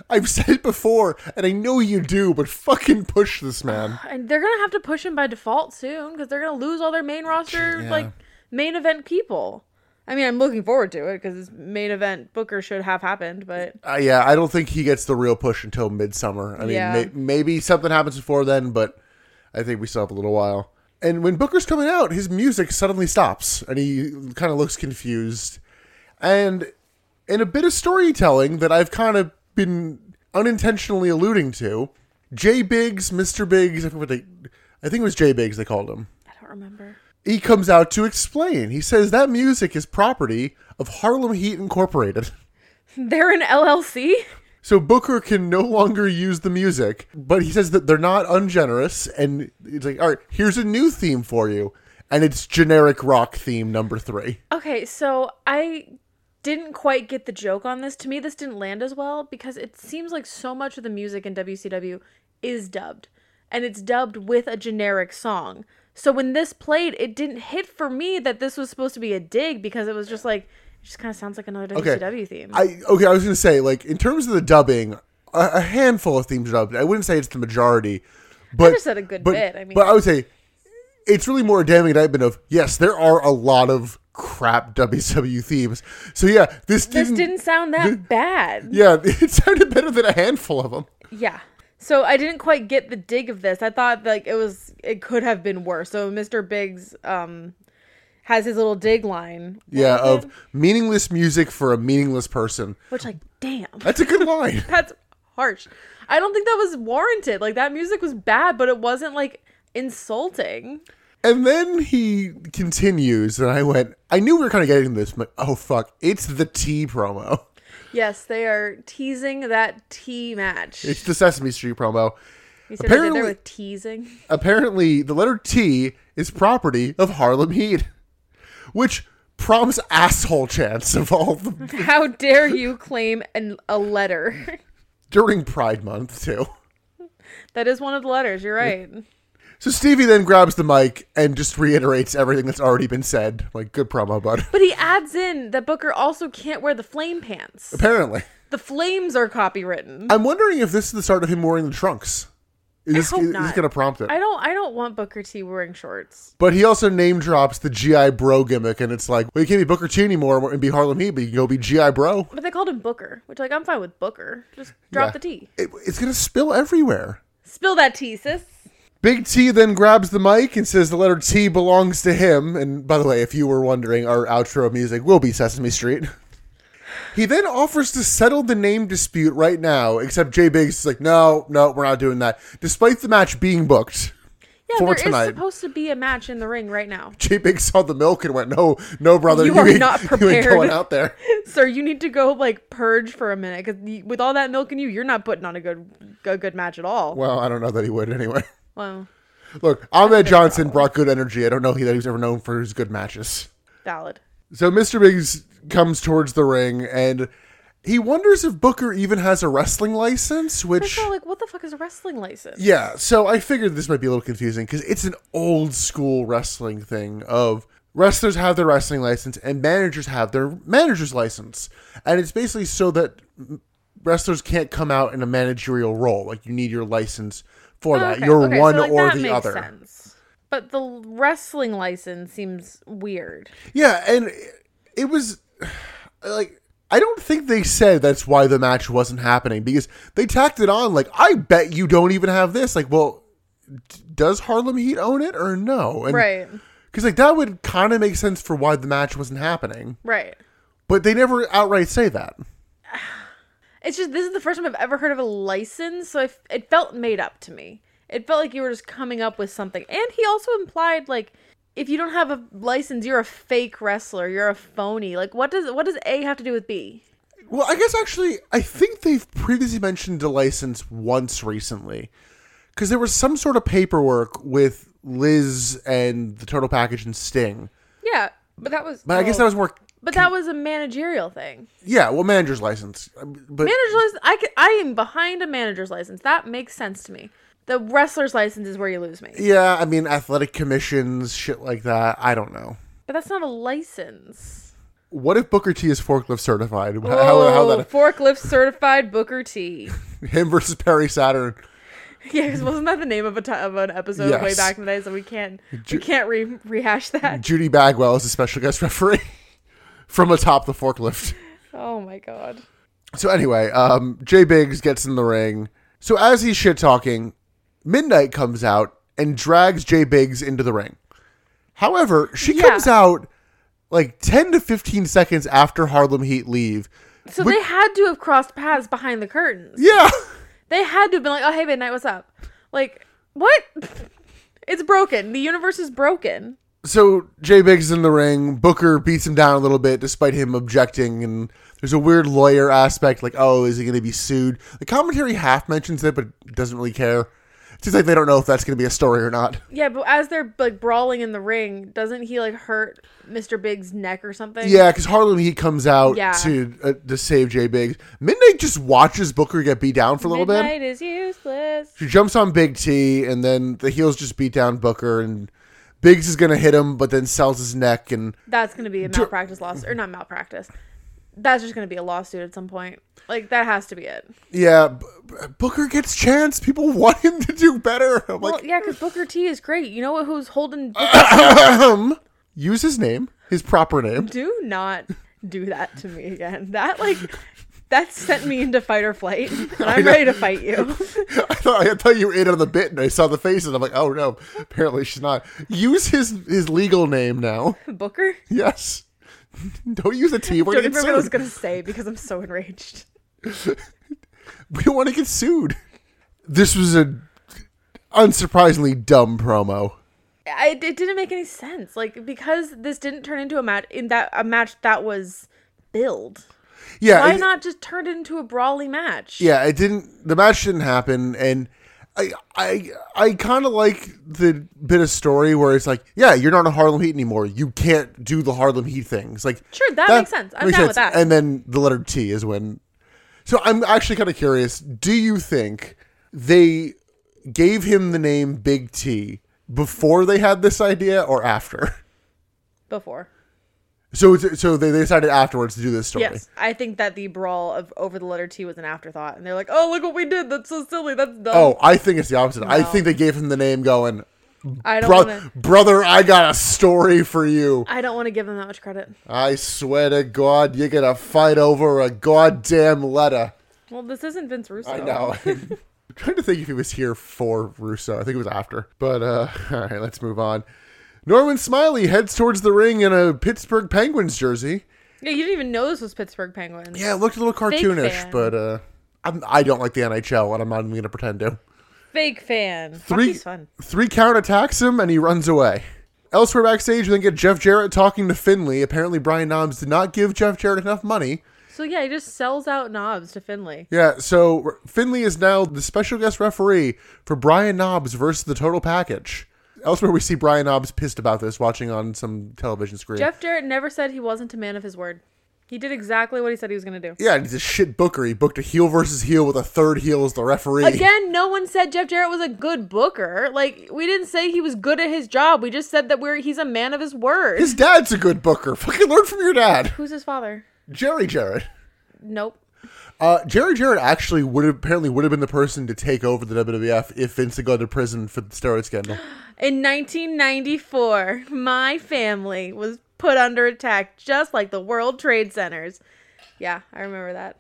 A: I've said it before, and I know you do, but fucking push this man.
B: And they're gonna have to push him by default soon because they're gonna lose all their main roster
A: Yeah.
B: like main event people. I mean, I'm looking forward to it because this main event Booker should have happened, but
A: Uh, yeah, I don't think he gets the real push until midsummer. I mean,
B: Yeah.
A: may- maybe something happens before then, but I think we still have a little while. And when Booker's coming out, his music suddenly stops and he kind of looks confused. And in a bit of storytelling that I've kind of been unintentionally alluding to, Jay Biggs, Mr. Biggs, I, forget what they, I think it was Jay Biggs they called him
B: I don't remember.
A: he comes out to explain. He says that music is property of Harlem Heat Incorporated.
B: They're an LLC.
A: So Booker can no longer use the music, but he says that they're not ungenerous and he's like, "All right, here's a new theme for you." And it's generic rock theme number 3.
B: Okay, so I didn't quite get the joke on this. To me, this didn't land as well because it seems like so much of the music in WCW is dubbed, and it's dubbed with a generic song. So when this played, it didn't hit for me that this was supposed to be a dig because it was just like it just kind of sounds like another
A: Okay.
B: WCW theme.
A: I okay, I was going to say like in terms of the dubbing, a, a handful of themes are dubbed. I wouldn't say it's the majority, but
B: just said a good
A: but-
B: bit, I mean-
A: But I would say it's really more a damning indictment of yes, there are a lot of crap WW themes. So yeah, this
B: this
A: didn't,
B: didn't sound that bad.
A: Yeah, it sounded better than a handful of them.
B: Yeah. So I didn't quite get the dig of this. I thought like it was it could have been worse. So Mr. Biggs um has his little dig line.
A: Yeah, of meaningless music for a meaningless person.
B: Which like, damn.
A: That's a good line.
B: That's harsh. I don't think that was warranted. Like that music was bad, but it wasn't like insulting.
A: and then he continues, and I went, I knew we were kind of getting this, but oh fuck, it's the T promo.
B: Yes, they are teasing that tea match.
A: It's the Sesame Street promo.
B: You see what I did
A: apparently-
B: there with teasing?
A: Apparently, the letter T is property of Harlem Heat, which prompts asshole chance of all the,
B: How dare you claim an, a letter?
A: during Pride Month too.
B: That is one of the letters. You're right.
A: So Stevie then grabs the mic and just reiterates everything that's already been said. Like, good promo, bud.
B: But he adds in that Booker also can't wear the flame pants.
A: Apparently.
B: The flames are copywritten.
A: I'm wondering if this is the start of him wearing the trunks. Is this,
B: hope
A: is this
B: not.
A: going to prompt it?
B: I don't I don't want Booker T wearing shorts.
A: But he also name drops the GI Bro gimmick, and it's like, well, you can't be Booker T anymore and be Harlem Heat, but you can go be GI Bro.
B: But they called him Booker, which like I'm fine with Booker. Just drop
A: Yeah.
B: the T.
A: It, it's going to spill everywhere.
B: Spill that tea, sis.
A: Big T then grabs the mic and says the letter T belongs to him. And by the way, if you were wondering, our outro music will be Sesame Street. He then offers to settle the name dispute right now, except Jay Biggs is like, no, no, we're not doing that. Despite the match being booked,
B: Yeah,
A: For
B: there is
A: tonight.
B: supposed to be a match in the ring right now.
A: Jay Biggs saw the milk and went, no, no, brother,
B: You are
A: ain't-
B: not
A: You ain't
B: prepared."
A: going out there.
B: Sir, you need to go like purge for a minute because with all that milk in you, you're not putting on a good a good match at all.
A: Well, I don't know that he would anyway.
B: Well,
A: Look, Ahmed Johnson brought good energy. I don't know he- that he was ever known for his good matches.
B: valid.
A: So Mr. Biggs comes towards the ring and he wonders if Booker even has a wrestling license,
B: First
A: which
B: of all, like, what the fuck is a wrestling license?
A: yeah, so I figured this might be a little confusing cuz it's an old school wrestling thing of wrestlers have their wrestling license and managers have their manager's license. And it's basically so that wrestlers can't come out in a managerial role. Like you need your license for
B: Oh,
A: that.
B: okay,
A: You're
B: okay, so,
A: one
B: like,
A: or
B: that
A: the
B: makes
A: other.
B: sense. But the wrestling license seems weird.
A: Yeah, and it was like I don't think they said that's why the match wasn't happening because they tacked it on like I bet you don't even have this. Like, well, d- does Harlem Heat own it or no? And,
B: Right.
A: Because like that would kind of make sense for why the match wasn't happening,
B: Right.
A: but they never outright say that.
B: It's just this is the first time I've ever heard of a license, so I f- it felt made up to me. It felt like you were just coming up with something. And he also implied like if you don't have a license, you're a fake wrestler, you're a phony. Like what does what does A have to do with B?
A: Well, I guess actually, I think they've previously mentioned a license once recently, because there was some sort of paperwork with Liz and the Total Package and Sting.
B: Yeah, but that was
A: But I guess that was more
B: But that was a managerial thing.
A: Yeah, well, manager's license, but
B: Manager's license I c- I am behind a manager's license. That makes sense to me. The wrestler's license is where you lose me.
A: yeah, I mean, athletic commissions, shit like that. I don't know.
B: But that's not a license.
A: What if Booker T is forklift certified? How, how, how
B: Oh,
A: that
B: forklift certified Booker T.
A: him versus Perry Saturn?
B: Yeah, 'cause wasn't that the name of a t- of an episode way
A: Yes.
B: back in the day? So we can't
A: Ju- Mm.
B: we can't re- rehash that.
A: Judy Bagwell is a special guest referee from atop the forklift.
B: Oh my god.
A: So anyway, um, Jay Biggs gets in the ring. So as he's shit talking, Midnight comes out and drags Jay Biggs into the ring. However, she
B: Yeah.
A: comes out like ten to fifteen seconds after Harlem Heat leave.
B: So they had to have crossed paths behind the curtains.
A: Yeah.
B: They had to have been like, "Oh hey, midnight, what's up?" Like, what? It's broken. The universe is broken.
A: so Jay Biggs is in the ring. Booker beats him down a little bit, despite him objecting. And there's a weird lawyer aspect, like, oh, is he going to be sued? The commentary half mentions it, but doesn't really care. It's just like they don't know if that's going to be a story or not.
B: Yeah, but as they're like brawling in the ring, doesn't he like hurt Mr. Big's neck or something?
A: Yeah, because Harlem Heat comes out
B: Yeah.
A: to uh, to save Jay Biggs. Midnight just watches Booker get beat down for a little bit.
B: Midnight is useless.
A: She jumps on Big T, and then the heels just beat down Booker, and Biggs is going to hit him, but then sells his neck and
B: That's gonna be a malpractice loss, or not malpractice. That's just gonna be a lawsuit at some point. Like that has to be it.
A: Yeah, B- B- Booker gets chance. People want him to do better. I'm
B: Well,
A: like,
B: yeah, because Booker T is great. You know what? Who's holding? Booker-
A: ahem. um, use his name, his proper name.
B: do not do that to me again. That like that sent me into fight or flight. And I'm ready to fight you.
A: I thought I thought you were in on the bit, and I saw the face, and I'm like, oh no, apparently she's not. Use his his legal name now.
B: Booker.
A: Yes, don't use a T. We're
B: Don't
A: gonna
B: even
A: get
B: remember what I was
A: sued.
B: gonna say because I'm so enraged.
A: We don't want to get sued. This was a unsurprisingly dumb promo.
B: I, it didn't make any sense. Like because this didn't turn into a match in that a match that was billed.
A: Yeah,
B: Why
A: it-
B: not just turn it into a brawly match?
A: Yeah, it didn't. The match didn't happen, and I, I, I kind of like the bit of story where it's like, yeah, you're not a Harlem Heat anymore. You can't do the Harlem Heat things. Like,
B: Sure, that makes sense. I'm down with that.
A: And then the letter T is when. So I'm actually kind of curious. Do you think they gave him the name Big T before they had this idea or after?
B: before.
A: So it's, so they, they decided afterwards to do this story.
B: Yes, I think that the brawl of over the letter T was an afterthought, and they're like, "Oh, look what we did! That's so silly. That's dumb."
A: Oh, I think it's the opposite. I
B: No.
A: think they gave him the name going,
B: I don't
A: Bro-
B: want to.
A: brother, I got a story for you.
B: I don't want to give them that much credit.
A: I swear to God, you're gonna fight over a goddamn letter.
B: Well, this isn't Vince Russo.
A: I know. I'm trying to think if he was here for Russo. I think it was after. But uh, all right, let's move on. Norman Smiley heads towards the ring in a Pittsburgh Penguins jersey.
B: Yeah, you didn't even know this was Pittsburgh Penguins.
A: Yeah, it looked a little cartoonish,
B: fan.
A: but uh, I'm, I don't like the NHL, and I'm not even gonna pretend to.
B: Fake fan.
A: Three,
B: Hockey's fun.
A: three count attacks him and he runs away. Elsewhere backstage, we then get Jeff Jarrett talking to Finley. Apparently, Brian Knobs did not give Jeff Jarrett enough money.
B: So yeah, he just sells out knobs to Finley.
A: Yeah, so R- Finley is now the special guest referee for Brian Knobs versus the total package. Elsewhere, we see Brian Knobs pissed about this, watching on some television screen.
B: Jeff Jarrett never said he wasn't a man of his word. He did exactly what he said he was going to do.
A: yeah, and he's a shit booker. He booked a heel versus heel with a third heel as the referee.
B: Again, no one said Jeff Jarrett was a good booker. Like we didn't say he was good at his job. We just said that we're he's a man of his word.
A: His dad's a good booker. Fucking learn from your dad.
B: Who's his father?
A: Jerry Jarrett.
B: Nope.
A: Uh, Jerry Jarrett actually would have, apparently would have been the person to take over the WWF if Vince had gone to prison for the steroid scandal.
B: In 1994, my family was put under attack just like the World Trade Centers. Yeah, I remember that.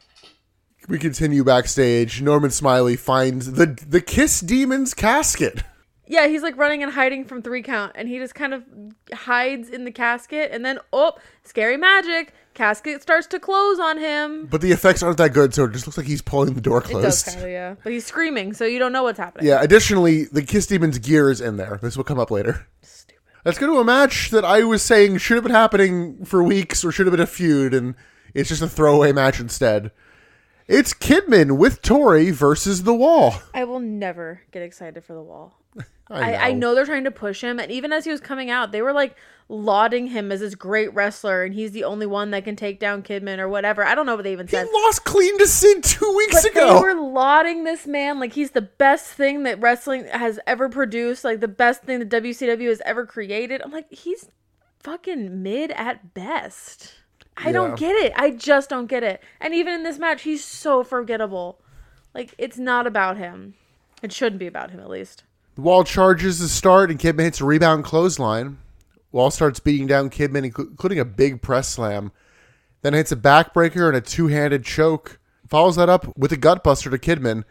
A: we continue backstage. Norman Smiley finds the the Kiss Demon's casket.
B: Yeah, he's like running and hiding from three count, and he just kind of hides in the casket, and then oh, scary magic! Casket starts to close on him.
A: But the effects aren't that good, so it just looks like he's pulling the door
B: It does
A: closed.
B: kind of, yeah. But he's screaming, so you don't know what's happening.
A: yeah, additionally, the Kiss Demon's gear is in there. This will come up later.
B: Stupid.
A: Let's go to a match that I was saying should have been happening for weeks or should have been a feud, and it's just a throwaway match instead. It's Kidman with Tori versus The Wall.
B: I will never get excited for the wall. I, I know they're trying to push him, and even as he was coming out, they were like lauding him as this great wrestler, and he's the only one that can take down Kidman or whatever. I don't know what they even
A: He
B: said.
A: lost clean to Sin two weeks
B: But
A: ago.
B: they were lauding this man like he's the best thing that wrestling has ever produced, like the best thing that WCW has ever created. I'm like, he's fucking mid at best. I
A: Yeah.
B: don't get it. I just don't get it. And even in this match, he's so forgettable. Like it's not about him. It shouldn't be about him, at least.
A: The Wall charges the start, and Kidman hits a rebound clothesline. Wall starts beating down Kidman, inclu- including a big press slam. Then hits a backbreaker and a two-handed choke. Follows that up with a gutbuster to Kidman,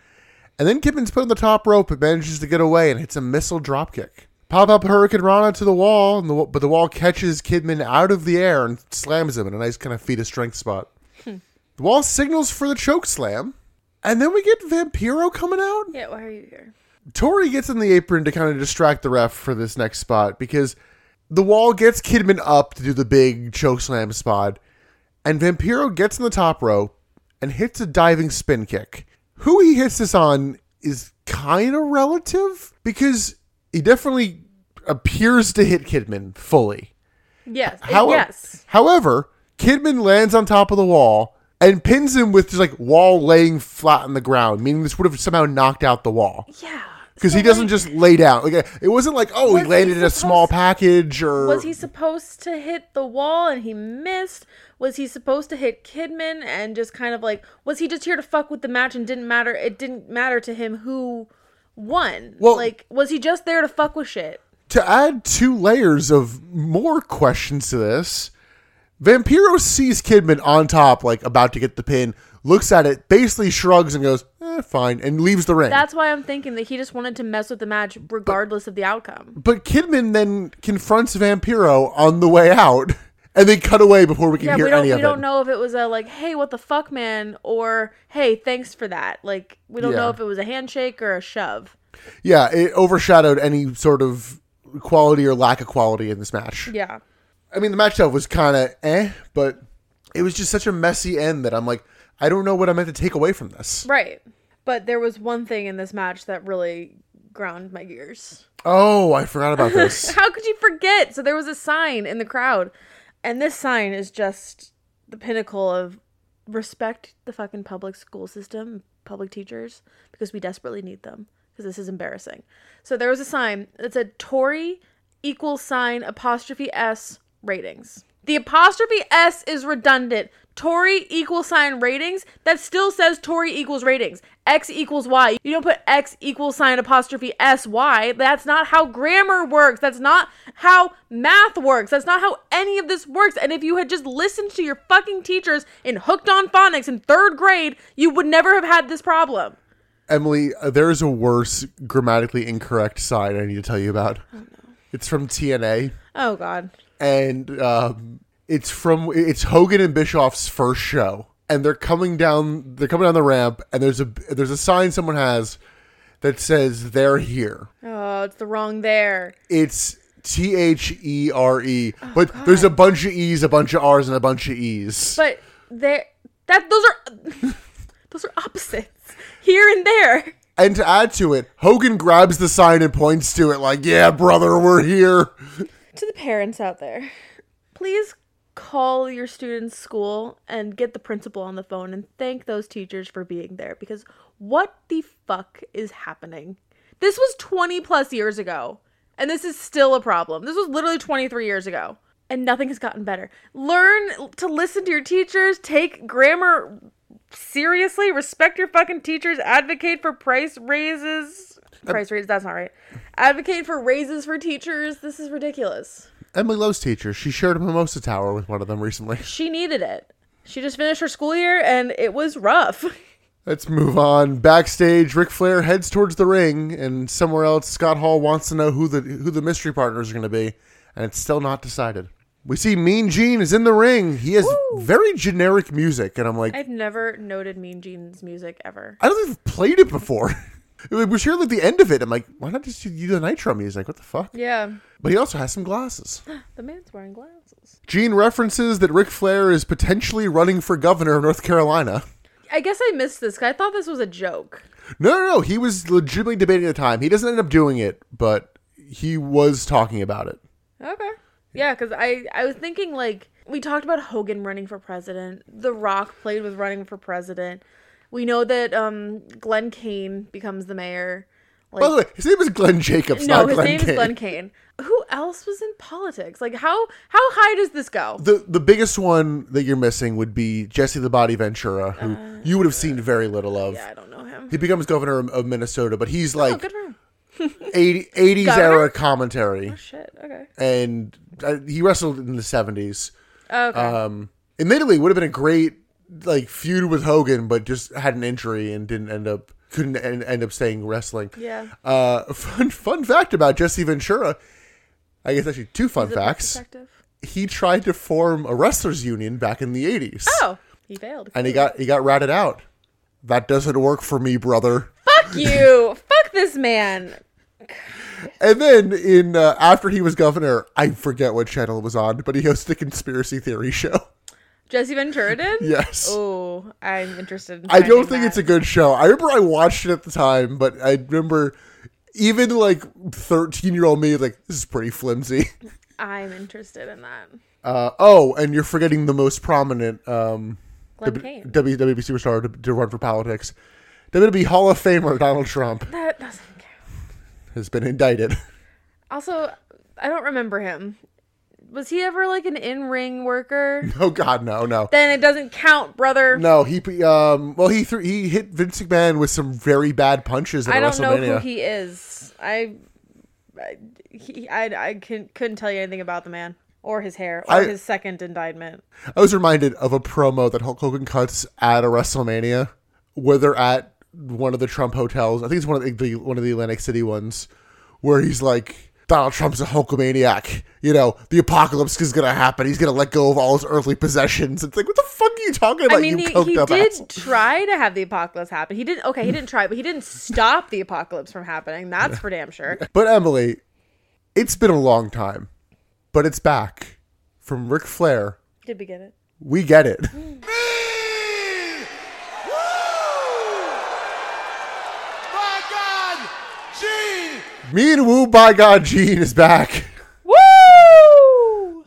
A: and then Kidman's put on the top rope, but manages to get away and hits a missile dropkick. Pop up Hurricane Rana to the wall, and the, wa- but the wall catches Kidman out of the air and slams him in a nice kind of feet of strength spot. the wall signals for the choke slam, and then we get Vampiro coming out.
B: Yeah, why are you here?
A: Tori gets in the apron to kind of distract the ref for this next spot because the wall gets Kidman up to do the big chokeslam spot, and Vampiro gets in the top row and hits a diving spin kick. Who he hits this on is kind of relative because he definitely appears to hit Kidman fully.
B: Yes.
A: Howe-
B: Uh, yes.
A: However, Kidman lands on top of the wall and pins him with just like wall laying flat on the ground, meaning this would have somehow knocked out the wall
B: Yeah.
A: because
B: So
A: he doesn't
B: like,
A: just lay down. Like uh, it wasn't like oh
B: Was
A: he
B: he
A: landed in a
B: supposed-
A: small package or
B: Was he supposed to hit the wall and he missed? Was he supposed to hit Kidman and just kind of like was he just here to fuck with the match and didn't matter it didn't matter to him who won?
A: Well-
B: like was he just there to fuck with shit?
A: to add two layers of more questions to this. Vampiro sees Kidman on top, like about to get the pin, looks at it, basically shrugs and goes, eh, "Fine," and leaves the ring.
B: That's why I'm thinking that he just wanted to mess with the match regardless of the outcome.
A: but Kidman then confronts Vampiro on the way out, and they cut away before we can
B: Yeah,
A: hear
B: we don't
A: any
B: we
A: of
B: don't
A: it.
B: know if it was a like, hey, what the fuck man or hey, thanks for that. Like we don't
A: Yeah.
B: know if it was a handshake or a shove.
A: Yeah, it overshadowed any sort of quality or lack of quality in this match.
B: Yeah.
A: I mean, the match itself was kind of eh, but it was just such a messy end that I'm like, I don't know what I meant to take away from this.
B: Right. But there was one thing in this match that really ground my gears.
A: Oh, I forgot about this.
B: How could you forget? So there was a sign in the crowd, and this sign is just the pinnacle of respect the fucking public school system, public teachers, because we desperately need them. because this is embarrassing. So there was a sign that said Tory equal sign apostrophe S ratings. The apostrophe S is redundant. Tory equal sign ratings, that still says Tory equals ratings. X equals Y. You don't put X equal sign apostrophe S Y. That's not how grammar works. That's not how math works. That's not how any of this works. And if you had just listened to your fucking teachers in hooked on phonics in third grade, you would never have had this problem.
A: Emily, uh, there is a worse grammatically incorrect sign I need to tell you about. It's from TNA,
B: Oh God.
A: and um, it's from it's Hogan and Bischoff's first show, and they're coming down they're coming down the ramp, and there's a there's a sign someone has that says they're here.
B: Oh, it's the wrong there.
A: It's T H E R E, but there's a bunch of E's, a bunch of R's, and a bunch of E's.
B: But there that those are those are opposites. Here and there.
A: and to add to it, Hogan grabs the sign and points to it like, "Yeah, brother, we're here."
B: To the parents out there, please call your student's school and get the principal on the phone and thank those teachers for being there because what the fuck is happening? This was 20 plus years ago, and this is still a problem. This was literally 23 years ago, and nothing has gotten better. Learn to listen to your teachers, take grammar seriously, respect your fucking teachers, advocate for price raises. Price raises, that's not right. Advocate for raises for teachers. This is ridiculous.
A: Emily loves teachers. She shared a mimosa tower with one of them recently.
B: She needed it. She just finished her school year and it was rough.
A: Let's move on. Backstage, Ric Flair heads towards the ring, and somewhere else, Scott Hall wants to know who the who the mystery partners are going to be, and it's still not decided. We see Mean Gene is in the ring. He has very generic music, and I'm like, I,
B: I've never noted Mean Gene's music ever.
A: don't think I've played it before. It was here at the end of it. I'm like, why not just do you the Nitro music? What the fuck?
B: Yeah.
A: But he also has some glasses.
B: The man's wearing glasses.
A: Gene references that Ric Flair is potentially running for governor of North Carolina.
B: I guess I missed this 'cause I thought this was a joke.
A: No, no, no. He was legitimately debating at the time. He doesn't end up doing it, but he was talking about it.
B: Okay. Yeah, because I, I was thinking, like, we talked about Hogan running for president. The Rock played with running for president. We know that um, Glenn Kane becomes the mayor. Like,
A: By the way, his name is Glenn Jacobs,
B: no,
A: not
B: his
A: Glenn
B: name
A: Kane.
B: is Glenn Kane. Who else was in politics? Like, how how high does this go?
A: The the biggest one that you're missing would be Jesse the Body Ventura, who you would have seen very little of.
B: Uh, Yeah, I don't know him.
A: He becomes governor of, of Minnesota, but he's
B: Oh,
A: like
B: good for him.
A: 80, 80s
B: Governor?
A: era commentary,
B: Shit. Okay.
A: and uh, he wrestled in the 70s.
B: Oh, Okay.
A: Um, admittedly, would have been a great like feud with Hogan, but just had an injury and didn't end up couldn't end, end up staying wrestling.
B: Yeah.
A: Uh, fun fun fact about Jesse Ventura. I guess actually two fun
B: Is it
A: facts.
B: retrospective?
A: He tried to form a wrestlers union back in the eighties,
B: Oh, he failed.
A: and he got he got ratted out. That doesn't work for me, brother.
B: Fuck you. Fuck this man.
A: And then in uh, after he was governor, I forget what channel it was on, but he hosted a conspiracy theory show.
B: Jesse Ventura did.
A: Yes.
B: Oh, I'm interested. In
A: I don't
B: finding
A: think
B: that.
A: it's a good show. I remember I watched it at the time, but I remember even like 13 year old me, like, this is pretty flimsy.
B: I'm interested in that.
A: Uh, oh, and you're forgetting the most prominent um,
B: Glenn
A: w-
B: Kane.
A: WWE superstar to, to run for politics. WWE Hall of Famer Donald Trump
B: That doesn't count.
A: has been indicted.
B: Also, I don't remember him. Was he ever like an in-ring worker?
A: oh, God, no, no.
B: then it doesn't count, brother.
A: No, he um well he threw he hit Vince McMahon with some very bad punches at
B: I don't know
A: WrestleMania.
B: who he is. I, I, he, I, I couldn't, couldn't tell you anything about the man or his hair or
A: I-
B: his second indictment.
A: I was reminded of a promo that Hulk Hogan cuts at a WrestleMania where they're at one of the Trump hotels. I think it's one of the, the one of the Atlantic City ones where he's like Donald Trump's a Hulkamaniac. You know, the apocalypse is gonna happen. He's gonna let go of all his earthly possessions. It's like, what the fuck are you talking about?
B: I mean,
A: you
B: he,
A: coked
B: he
A: up
B: did
A: asshole?
B: try to have the apocalypse happen. He didn't. Okay, he didn't try, but he didn't stop the apocalypse from happening. That's for damn sure.
A: But Emily, it's been a long time, but it's back from Ric Flair.
B: Did we get it?
A: We get it.
D: By God, Gene!
A: Me and Woo by God Gene is back.
B: Woo!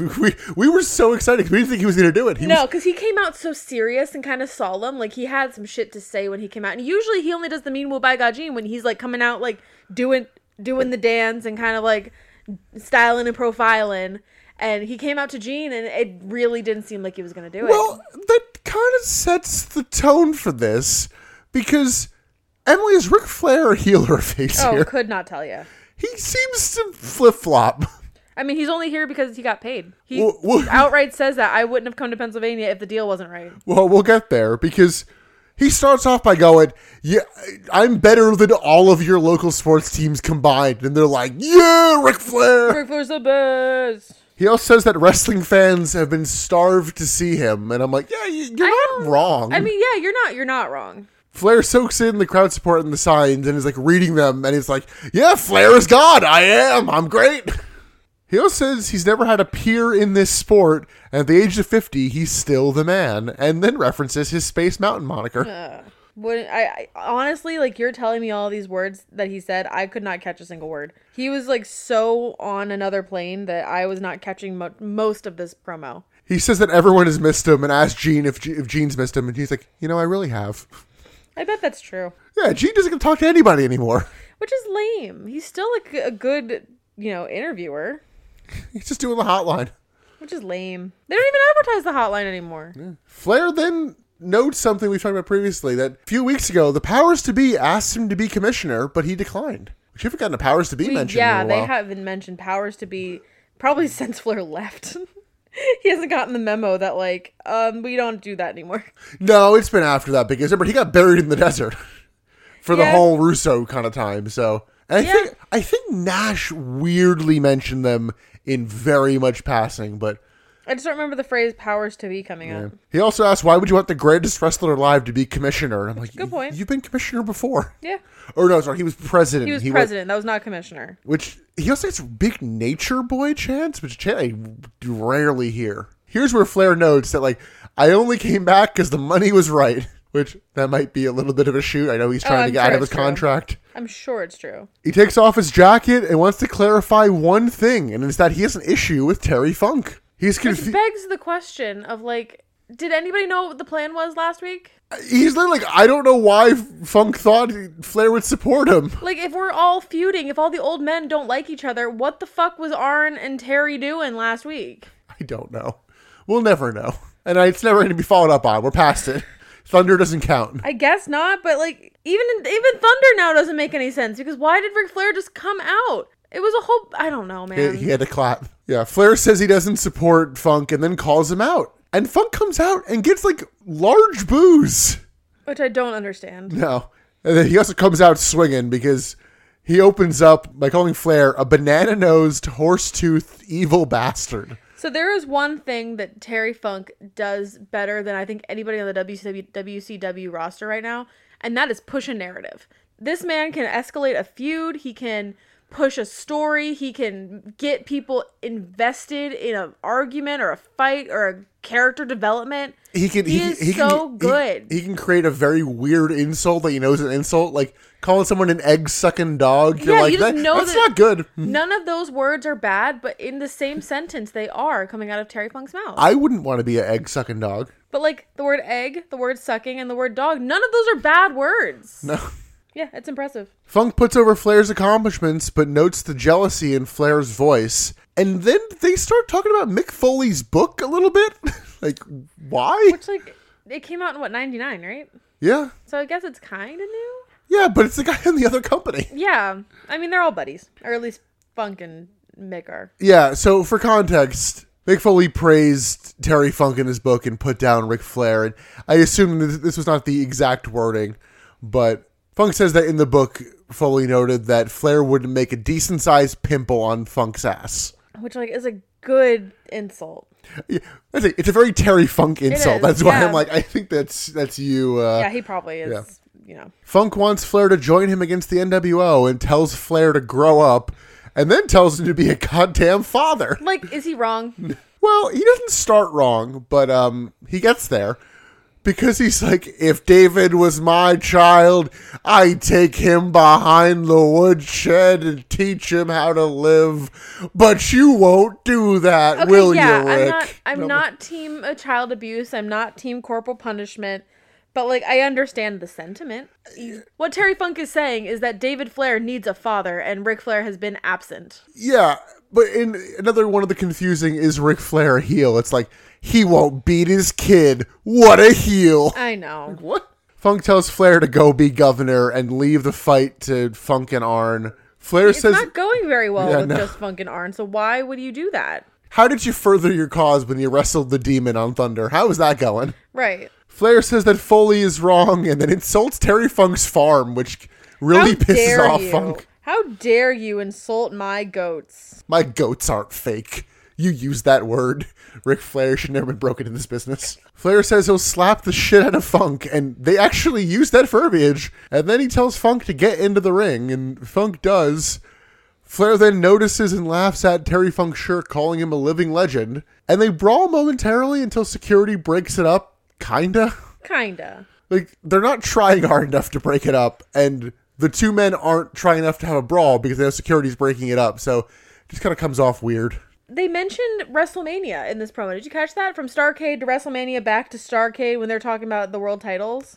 A: we we were so excited 'cause we didn't think he was going to do it. He
B: No,
A: was,
B: because he came out so serious and kind of solemn. Like he had some shit to say when he came out. And usually he only does the mean will by Gajin when he's like coming out like doing doing the dance and kind of like styling and profiling. And he came out to Gene and it really didn't seem like he was gonna do
A: well, that kind of sets the tone for this because Emily is Ric Flair or healer face
B: it. Oh,
A: here.
B: could not tell you.
A: He seems to flip flop.
B: I mean, he's only here because he got paid. He
A: Well, well-
B: outright says that I wouldn't have come to Pennsylvania if the deal wasn't right.
A: Well, we'll get there because he starts off by going, "Yeah, I'm better than all of your local sports teams combined," and they're like, "Yeah, Ric Flair."
B: Ric Flair's the best.
A: He also says that wrestling fans have been starved to see him, and I'm like, yeah, you- you're
B: I
A: not
B: don't-
A: wrong.
B: I mean, yeah, you're not. You're not wrong.
A: Flair soaks in the crowd support and the signs, and is like reading them, and he's like, yeah, Flair is God. I am. I'm great. He also says he's never had a peer in this sport, and at the age of 50, he's still the man, and then references his Space Mountain moniker.
B: Wouldn't I, I honestly like you're telling me all these words that he said I could not catch a single word. He was like so on another plane that I was not catching mo- most of this promo.
A: He says that everyone has missed him and asks Gene if, G- if Gene's missed him, and he's like, you know, I really have.
B: I bet that's true,
A: Yeah, Gene doesn't get to talk to anybody anymore.
B: which is lame. He's still like a good, you know, interviewer,
A: He's just doing the hotline.
B: which is lame. They don't even advertise the hotline anymore.
A: Flair then notes something we've talked about previously that a few weeks ago, the powers to be asked him to be commissioner, but he declined. We haven't gotten a powers to be
B: We-
A: mentioned
B: yeah,
A: in a while.
B: they haven't mentioned powers to be probably since Flair left. he hasn't gotten the memo that like um we don't do that anymore.
A: no, it's been after that because remember he got buried in the desert for the
B: Yeah.
A: whole Russo kind of time. So and I
B: Yeah.
A: think I think Nash weirdly mentioned them in very much passing, but
B: I just don't remember the phrase powers to be coming up.
A: he also asked why would you want the greatest wrestler alive to be commissioner? I'm like, "You-
B: Good point.
A: You've been commissioner before.
B: Yeah.
A: Or no, sorry, he was president.
B: He was
A: wa-
B: president. that was not commissioner.
A: which he also has big nature boy chants, which chant I rarely hear. Here's where Flair notes that like I only came back because the money was right, which that might be a little bit of a shoot. I know he's trying
B: Oh, I'm
A: to get
B: sure
A: out of his
B: it's true.
A: contract.
B: I'm sure it's true.
A: He takes off his jacket and wants to clarify one thing, and it's that he has an issue with Terry Funk. He's
B: Which
A: confused.
B: begs the question of like, did anybody know what the plan was last week?
A: He's literally like, I don't know why Funk thought Flair would support him.
B: Like, if we're all feuding, if all the old men don't like each other, what the fuck was Arn and Terry doing last week?
A: I don't know. We'll never know, and it's never going to be followed up on. We're past it. Thunder doesn't count.
B: I guess not, but like, even even Thunder now doesn't make any sense because why did Ric Flair just come out? It was a whole. I don't know, man.
A: He, he had to clap. Yeah, Flair says he doesn't support Funk and then calls him out. And Funk comes out and gets like large boos.
B: Which I don't understand.
A: No. And then he also comes out swinging because he opens up by calling Flair a banana nosed, horse toothed, evil bastard.
B: So there is one thing that Terry Funk does better than I think anybody on the WCW, WCW roster right now, and that is push a narrative. This man can escalate a feud. He can push a story. He can get people invested in an argument or a fight or a character development.
A: He can.
B: He
A: he,
B: is
A: he can-
B: so
A: he-
B: good.
A: He, can create a very weird insult that you know is an insult, like calling someone an egg sucking dog. You're
B: Yeah,
A: like,
B: you just
A: "That-
B: know
A: that's
B: that-
A: not good.
B: None of those words are bad, but in the same sentence, they are coming out of Terry Funk's mouth.
A: I wouldn't want to be an egg sucking dog.
B: but like the word egg, the word sucking, and the word dog, none of those are bad words.
A: No.
B: Yeah, it's impressive.
A: Funk puts over Flair's accomplishments, but notes the jealousy in Flair's voice. And then they start talking about Mick Foley's book a little bit. like, why?
B: It's like it came out in what ninety nine, right?
A: Yeah.
B: So I guess it's kind of new.
A: Yeah, but it's the guy in the other company.
B: Yeah, I mean they're all buddies, or at least Funk and Mick are.
A: Yeah, so for context, Mick Foley praised Terry Funk in his book and put down Ric Flair. And I assume th- this was not the exact wording, but Funk says that in the book, Foley noted that Flair would make a decent sized pimple on Funk's ass.
B: which like is a good insult.
A: Yeah, that's it. It's a very Terry Funk insult.
B: is,
A: That's why
B: yeah.
A: I'm like, I think that's that's you. Uh,
B: Yeah, he probably is. You know,
A: Funk wants Flair to join him against the NWO and tells Flair to grow up, and then tells him to be a goddamn father.
B: like is he wrong?
A: Well, he doesn't start wrong, but um, he gets there because he's like, if David was my child, I'd take him behind the woodshed and teach him how to live. But you won't do that,
B: Okay,
A: will
B: yeah,
A: you, Rick?
B: I'm not I'm
A: No.
B: not team uh, child abuse. I'm not team corporal punishment. But like I understand the sentiment. What Terry Funk is saying is that David Flair needs a father and Ric Flair has been absent.
A: Yeah, but in another one of the confusing is Ric Flair a heel. It's like he won't beat his kid. What a heel!
B: I know.
A: What? Funk tells Flair to go be governor and leave the fight to Funk and Arn. Flair
B: It's
A: says,
B: not going very well
A: Yeah,
B: with
A: no.
B: just Funk and Arn, so why would you do that?
A: "How did you further your cause when you wrestled the demon on Thunder? How is that going?"
B: Right.
A: Flair says that Foley is wrong and then insults Terry Funk's farm, which really
B: How
A: pisses
B: dare
A: off
B: you?
A: Funk.
B: How dare you insult my goats?
A: My goats aren't fake. You use that word. Ric Flair should never been broken in this business. Flair says he'll slap the shit out of Funk, and they actually use that verbiage. And then he tells Funk to get into the ring, and Funk does. Flair then notices and laughs at Terry Funk's shirt, calling him a living legend. And they brawl momentarily until security breaks it up, kinda.
B: Kinda.
A: Like, they're not trying hard enough to break it up, and the two men aren't trying enough to have a brawl because they know security's breaking it up, so it just kind of comes off weird.
B: They mentioned WrestleMania in this promo. Did you catch that? From Starcade to WrestleMania back to Starcade when they're talking about the world titles?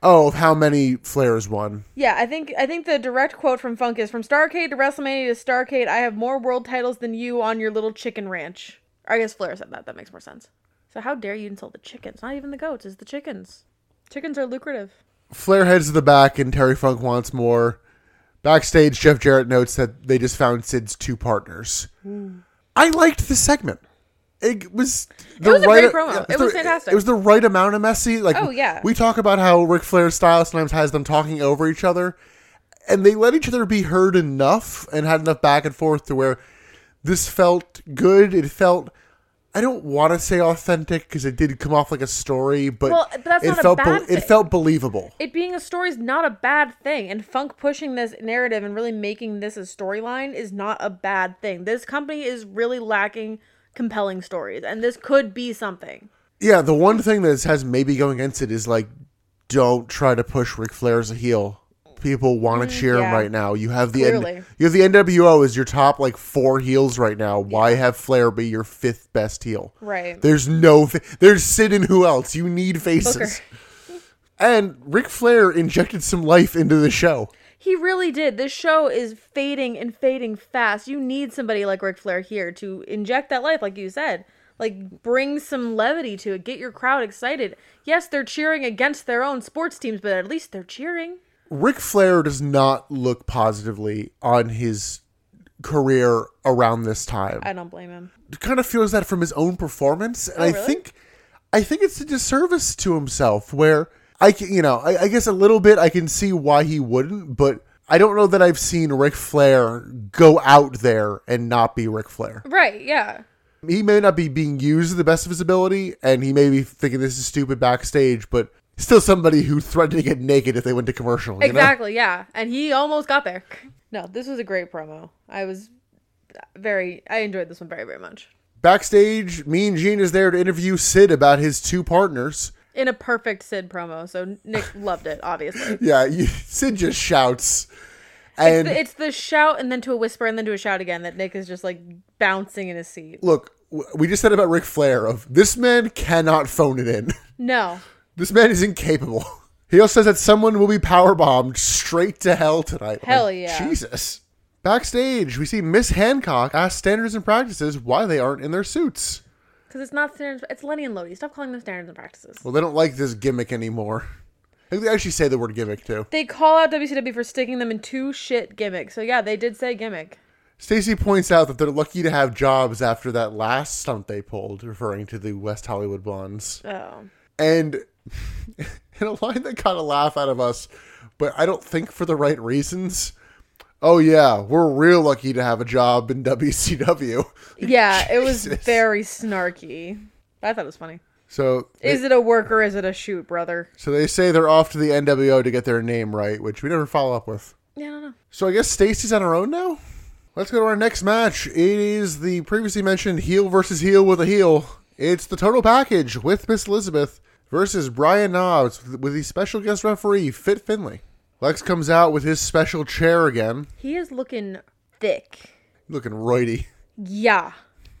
A: Oh, of how many Flair's won.
B: Yeah, I think I think the direct quote from Funk is from Starcade to WrestleMania to Starcade, I have more world titles than you on your little chicken ranch. Or I guess Flair said that. That makes more sense. So how dare you insult the chickens? Not even the goats, it's the chickens. Chickens are lucrative.
A: Flair heads to the back, and Terry Funk wants more. Backstage, Jeff Jarrett notes that they just found Sid's two partners.
B: Hmm.
A: I liked the segment. It was the
B: was a
A: right
B: great promo. It was
A: the-
B: fantastic.
A: It was the right amount of messy. Like,
B: Oh, yeah.
A: we talk about how Ric Flair's style sometimes has them talking over each other, and they let each other be heard enough and had enough back and forth to where this felt good. It felt. I don't want to say authentic because it did come off like a story, but,
B: Well, but that's
A: it
B: not a
A: felt
B: bad thing.
A: it felt believable.
B: it being a story is not a bad thing and funk pushing this narrative and really making this a storyline is not a bad thing this company is really lacking compelling stories and this could be something
A: Yeah, the one thing that this has maybe going against it is like, don't try to push Ric Flair as a heel. People want to cheer him
B: Mm, yeah.
A: right now. You have the N-
B: Clearly.
A: you have the NWO as your top like four heels right now. Why have Flair be your fifth best heel?
B: Right.
A: There's no. Fa- There's Sid and who else? You need faces.
B: Booker.
A: And Ric Flair injected some life into the show.
B: he really did this show is fading and fading fast you need somebody like Ric flair here to inject that life like you said like bring some levity to it get your crowd excited yes they're cheering against their own sports teams but at least they're cheering
A: Ric Flair does not look positively on his career around this time.
B: i don't blame him
A: kind of feels that from his own performance, and I
B: really?
A: think, I think it's a disservice to himself. Where I can, you know, I, I guess a little bit I can see why he wouldn't, but I don't know that I've seen Ric Flair go out there and not be Ric Flair.
B: right yeah
A: He may not be being used to the best of his ability, and he may be thinking this is stupid backstage, but still somebody who threatened to get naked if they went to commercial. you know?
B: Exactly, yeah. And he almost got there. No, this was a great promo. I was very I enjoyed this one very, very much.
A: Backstage, Mean Gene is there to interview Sid about his two partners.
B: In a perfect Sid promo, so Nick loved it, obviously.
A: Yeah, you, Sid just shouts. And
B: It's the shout and then to a whisper and then to a shout again that Nick is just like bouncing in his seat.
A: look, w- we just said about Ric Flair of this man cannot phone it in.
B: No.
A: this man is incapable. He also says that someone will be powerbombed straight to hell tonight.
B: Hell yeah.
A: Jesus. Backstage, we see Miss Hancock ask standards and practices why they aren't in their suits.
B: Because it's not standards it's Lenny and Lodi. Stop calling them standards and practices.
A: Well, they don't like this gimmick anymore. I think they actually say the word gimmick too.
B: They call out WCW for sticking them in two shit gimmicks. So yeah, they did say gimmick.
A: Stacy points out that they're lucky to have jobs after that last stunt they pulled, referring to the West Hollywood Blondes.
B: Oh.
A: and in a line that got a laugh out of us, but I don't think for the right reasons. Oh yeah, we're real lucky to have a job in WCW.
B: Yeah, it was
A: Jesus.
B: very snarky. I thought it was funny.
A: So,
B: Is it a work or is it a shoot, brother?
A: so they say they're off to the NWO to get their name right, which we never follow up with.
B: Yeah, I don't know.
A: So I guess Stacy's on her own now. Let's go to our next match. It is the previously mentioned heel versus heel with a heel. It's the total package with Miss Elizabeth versus Brian Knobs with the special guest referee, Fit Finley. Lex comes out with his special chair again,
B: He is looking thick.
A: looking roidy.
B: Yeah.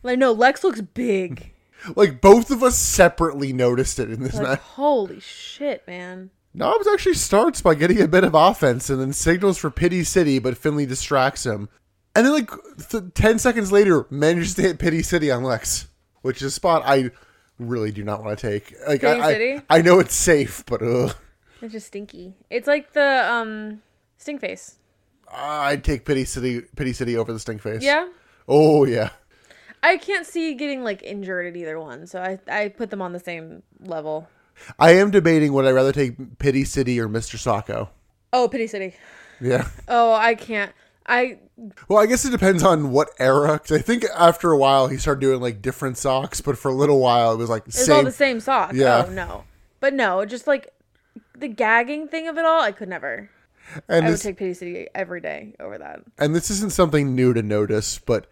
B: Like no, Lex looks big.
A: Like both of us separately noticed it in this
B: Like
A: match.
B: holy shit, man.
A: Knobs actually starts by getting a bit of offense and then signals for Pity City, but Finley distracts him. And then, like, th- 10 seconds later, manages to hit Pity City on Lex, which is a spot I really do not want to take. Like,
B: Pity
A: I, I-
B: City?
A: I, know it's safe, but ugh.
B: It's just stinky. It's like the um stink face.
A: I'd take Pity City Pity City over the Stink Face.
B: Yeah.
A: Oh, yeah.
B: I can't see getting like injured at either one, so I I put them on the same level.
A: I am debating would I rather take Pity City or Mr. Sacco.
B: Oh, Pity City.
A: Yeah.
B: Oh, I can't. I
A: Well, I guess it depends on what era. 'cause I think after a while he started doing like different socks, but for a little while it was like
B: it's
A: same.
B: all the same sock.
A: Yeah.
B: Oh no. But no, just like the gagging thing of it all, I could never.
A: and
B: I would
A: this,
B: take Pity City every day over that.
A: and this isn't something new to notice, but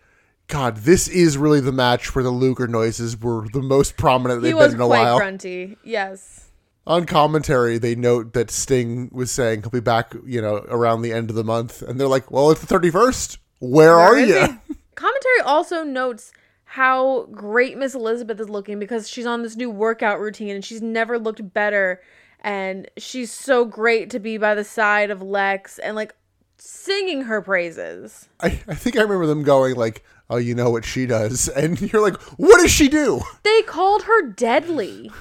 A: God, this is really the match where the Luger noises were the most prominent
B: He
A: they've
B: was
A: been in a
B: quite
A: while.
B: grunty. Yes.
A: On commentary, they note that Sting was saying he'll be back, you know, around the end of the month, and they're like, "Well, it's the thirty-first. Where, are
B: Where is
A: you?"
B: he? Commentary also notes how great Miss Elizabeth is looking because she's on this new workout routine and she's never looked better. And she's so great to be by the side of Lex and like singing her praises.
A: I, I think I remember them going like, "Oh, you know what she does," and you're like, "What does she do?"
B: They called her deadly.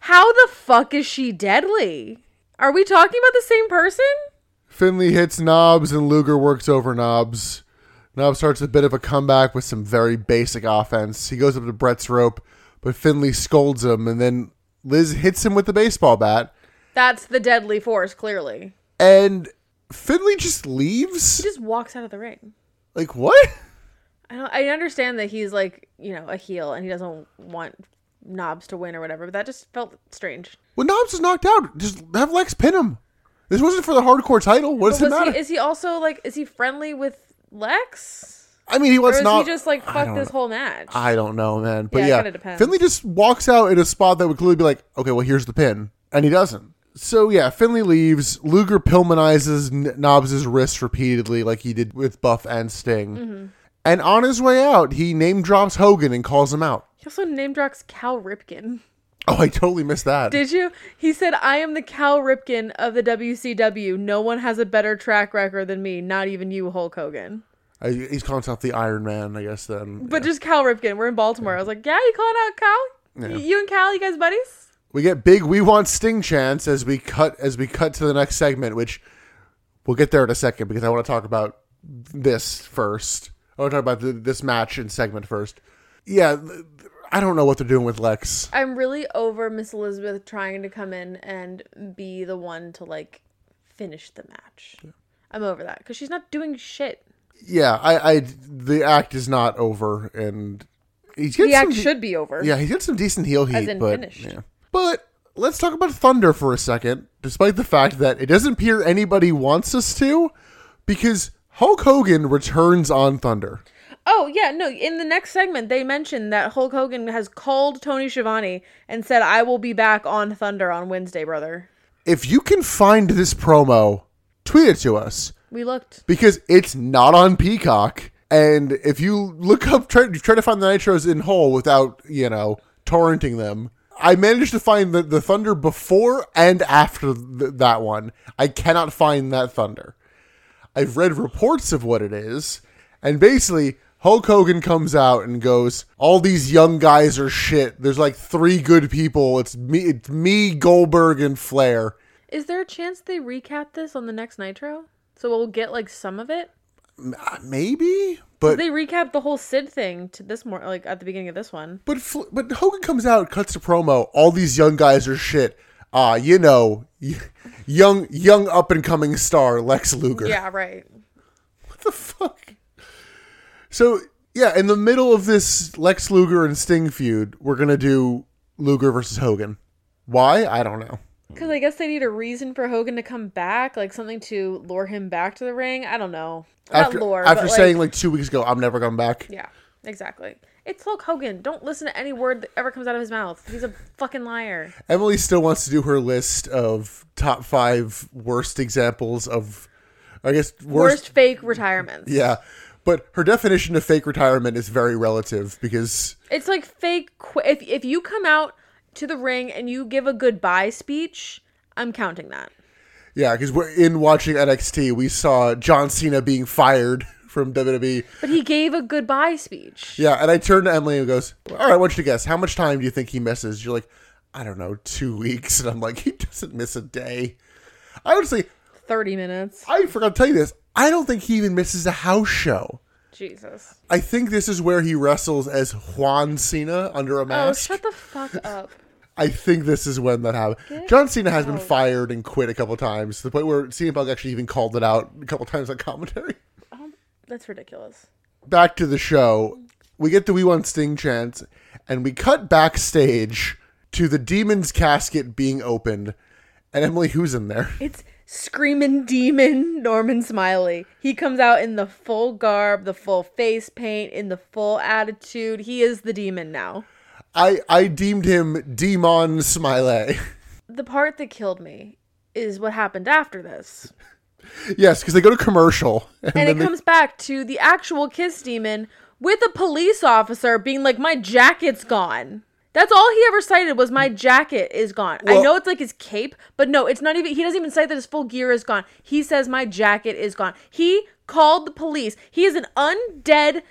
B: How the fuck is she deadly? Are we talking about the same person?
A: Finley hits Knobs and Luger works over Knobs. Knobs starts a bit of a comeback with some very basic offense. He goes up to Brett's rope, but Finley scolds him, and then Liz hits him with the baseball bat,
B: That's the deadly force, clearly.
A: and Finley just
B: He
A: leaves.
B: just walks out of the ring.
A: Like what?
B: I don't. I understand that he's like you know a heel and he doesn't want Knobs to win or whatever, but that just felt strange.
A: When Knobs is knocked out, just have Lex pin him. This wasn't for the hardcore title. What does it
B: Was
A: matter?
B: he, is he also like is he friendly with Lex
A: I mean, he
B: or
A: wants
B: is
A: not.
B: he just like
A: I
B: fuck
A: don't
B: this
A: know.
B: whole match?
A: I don't know, man. But
B: Yeah, it
A: yeah,
B: kinda depends.
A: Finley just walks out in a spot that would clearly be like, okay, well, here's the pin. And he doesn't. So yeah, Finley leaves. Luger pillmanizes N- Knobs' wrist repeatedly, like he did with Buff and Sting.
B: Mm-hmm.
A: And on his way out, he name drops Hogan and calls him out.
B: he also name drops Cal Ripken.
A: Oh, I totally missed that.
B: Did you? He said, "I am the Cal Ripken of the WCW. No one has a better track record than me. Not even you, Hulk Hogan."
A: I, he's calling himself the Iron Man, I guess. Then
B: But just Cal Ripken. We're in Baltimore. I was like, "Yeah, you calling out Cal? Y- You and Cal, you guys buddies?"
A: we get big. We want Sting chance as we cut as we cut to the next segment, which we'll get there in a second because I want to talk about this first. I want to talk about th this match and segment first. Yeah, th- th- I don't know what they're doing with Lex.
B: I'm really over Miss Elizabeth trying to come in and be the one to like finish the match. I'm over that because she's not doing shit.
A: Yeah, I, I the act is not over, and he's getting
B: The act
A: some,
B: should be over.
A: Yeah, he's got some decent heel heat,
B: in
A: but
B: finished.
A: yeah. But let's talk about Thunder for a second, despite the fact that it doesn't appear anybody wants us to, because Hulk Hogan returns on Thunder.
B: Oh yeah, no. In the next segment, they mentioned that Hulk Hogan has called Tony Schiavone and said, "I will be back on Thunder on Wednesday, brother."
A: If you can find this promo, tweet it to us
B: We looked.
A: because it's not on Peacock. And if you look up, try, try to find the nitros in whole without, you know, torrenting them. I managed to find the, the Thunder before and after th- that one. I cannot find that Thunder. I've read reports of what it is, and basically Hulk Hogan comes out and goes, "All these young guys are shit. There's like three good people. It's me, it's me, Goldberg, and Flair."
B: Is there a chance they recap this on the next Nitro? So we'll get like some of it.
A: Uh, Maybe, but
B: They recap the whole Sid thing to this more like at the beginning of this one.
A: but Fl- but Hogan comes out, cuts the promo. All these young guys are shit. Ah, you know, y- young young up and coming star Lex Luger.
B: Yeah, right.
A: What the fuck? So yeah, in the middle of this Lex Luger and Sting feud, we're gonna do Luger versus Hogan. Why? I don't know.
B: Because I guess they need a reason for Hogan to come back, like something to lure him back to the ring. I don't know.
A: After,
B: Not lure,
A: after
B: but
A: saying
B: like,
A: like two weeks ago, I'm never coming back.
B: yeah, exactly. It's Hulk Hogan. Don't listen to any word that ever comes out of his mouth. He's a fucking liar.
A: Emily still wants to do her list of top five worst examples of, I guess,
B: Worst,
A: worst.
B: fake retirements.
A: Yeah. But her definition of fake retirement is very relative because
B: It's like fake. Qu- if if you come out to the ring and you give a goodbye speech, I'm counting that.
A: Yeah, because we're in watching NXT, we saw John Cena being fired from WWE.
B: But he gave a goodbye speech.
A: Yeah, and I turned to Emily and goes, "All right, I want you to guess how much time do you think he misses?" You're like, "I don't know, two weeks," and I'm like, "He doesn't miss a day." I honestly,
B: Thirty minutes.
A: I forgot to tell you this. I don't think he even misses a house show.
B: Jesus.
A: I think this is where he wrestles as Juan Cena under a
B: Oh,
A: mask.
B: shut the fuck up.
A: I think this is when that happened. John Cena has been fired and quit a couple times, to the point where CM Punk actually even called it out a couple times on commentary.
B: That's ridiculous.
A: back to the show. We get the We Want Sting chant, and we cut backstage to the demon's casket being opened. And Emily, who's in there?
B: It's screaming demon Norman Smiley. He comes out in the full garb, the full face paint, in the full attitude. He is the demon now.
A: I I deemed him Demon Smiley.
B: The part that killed me is what happened after this.
A: yes, because they go to commercial, and, then
B: And it
A: they,
B: comes back to the actual kiss demon with a police officer being like, My jacket's gone. That's all he ever cited was my jacket is gone. I
A: Well-
B: know it's like his cape, but no, it's not even he doesn't even cite that his full gear is gone. He says my jacket is gone. He called the police. He is an undead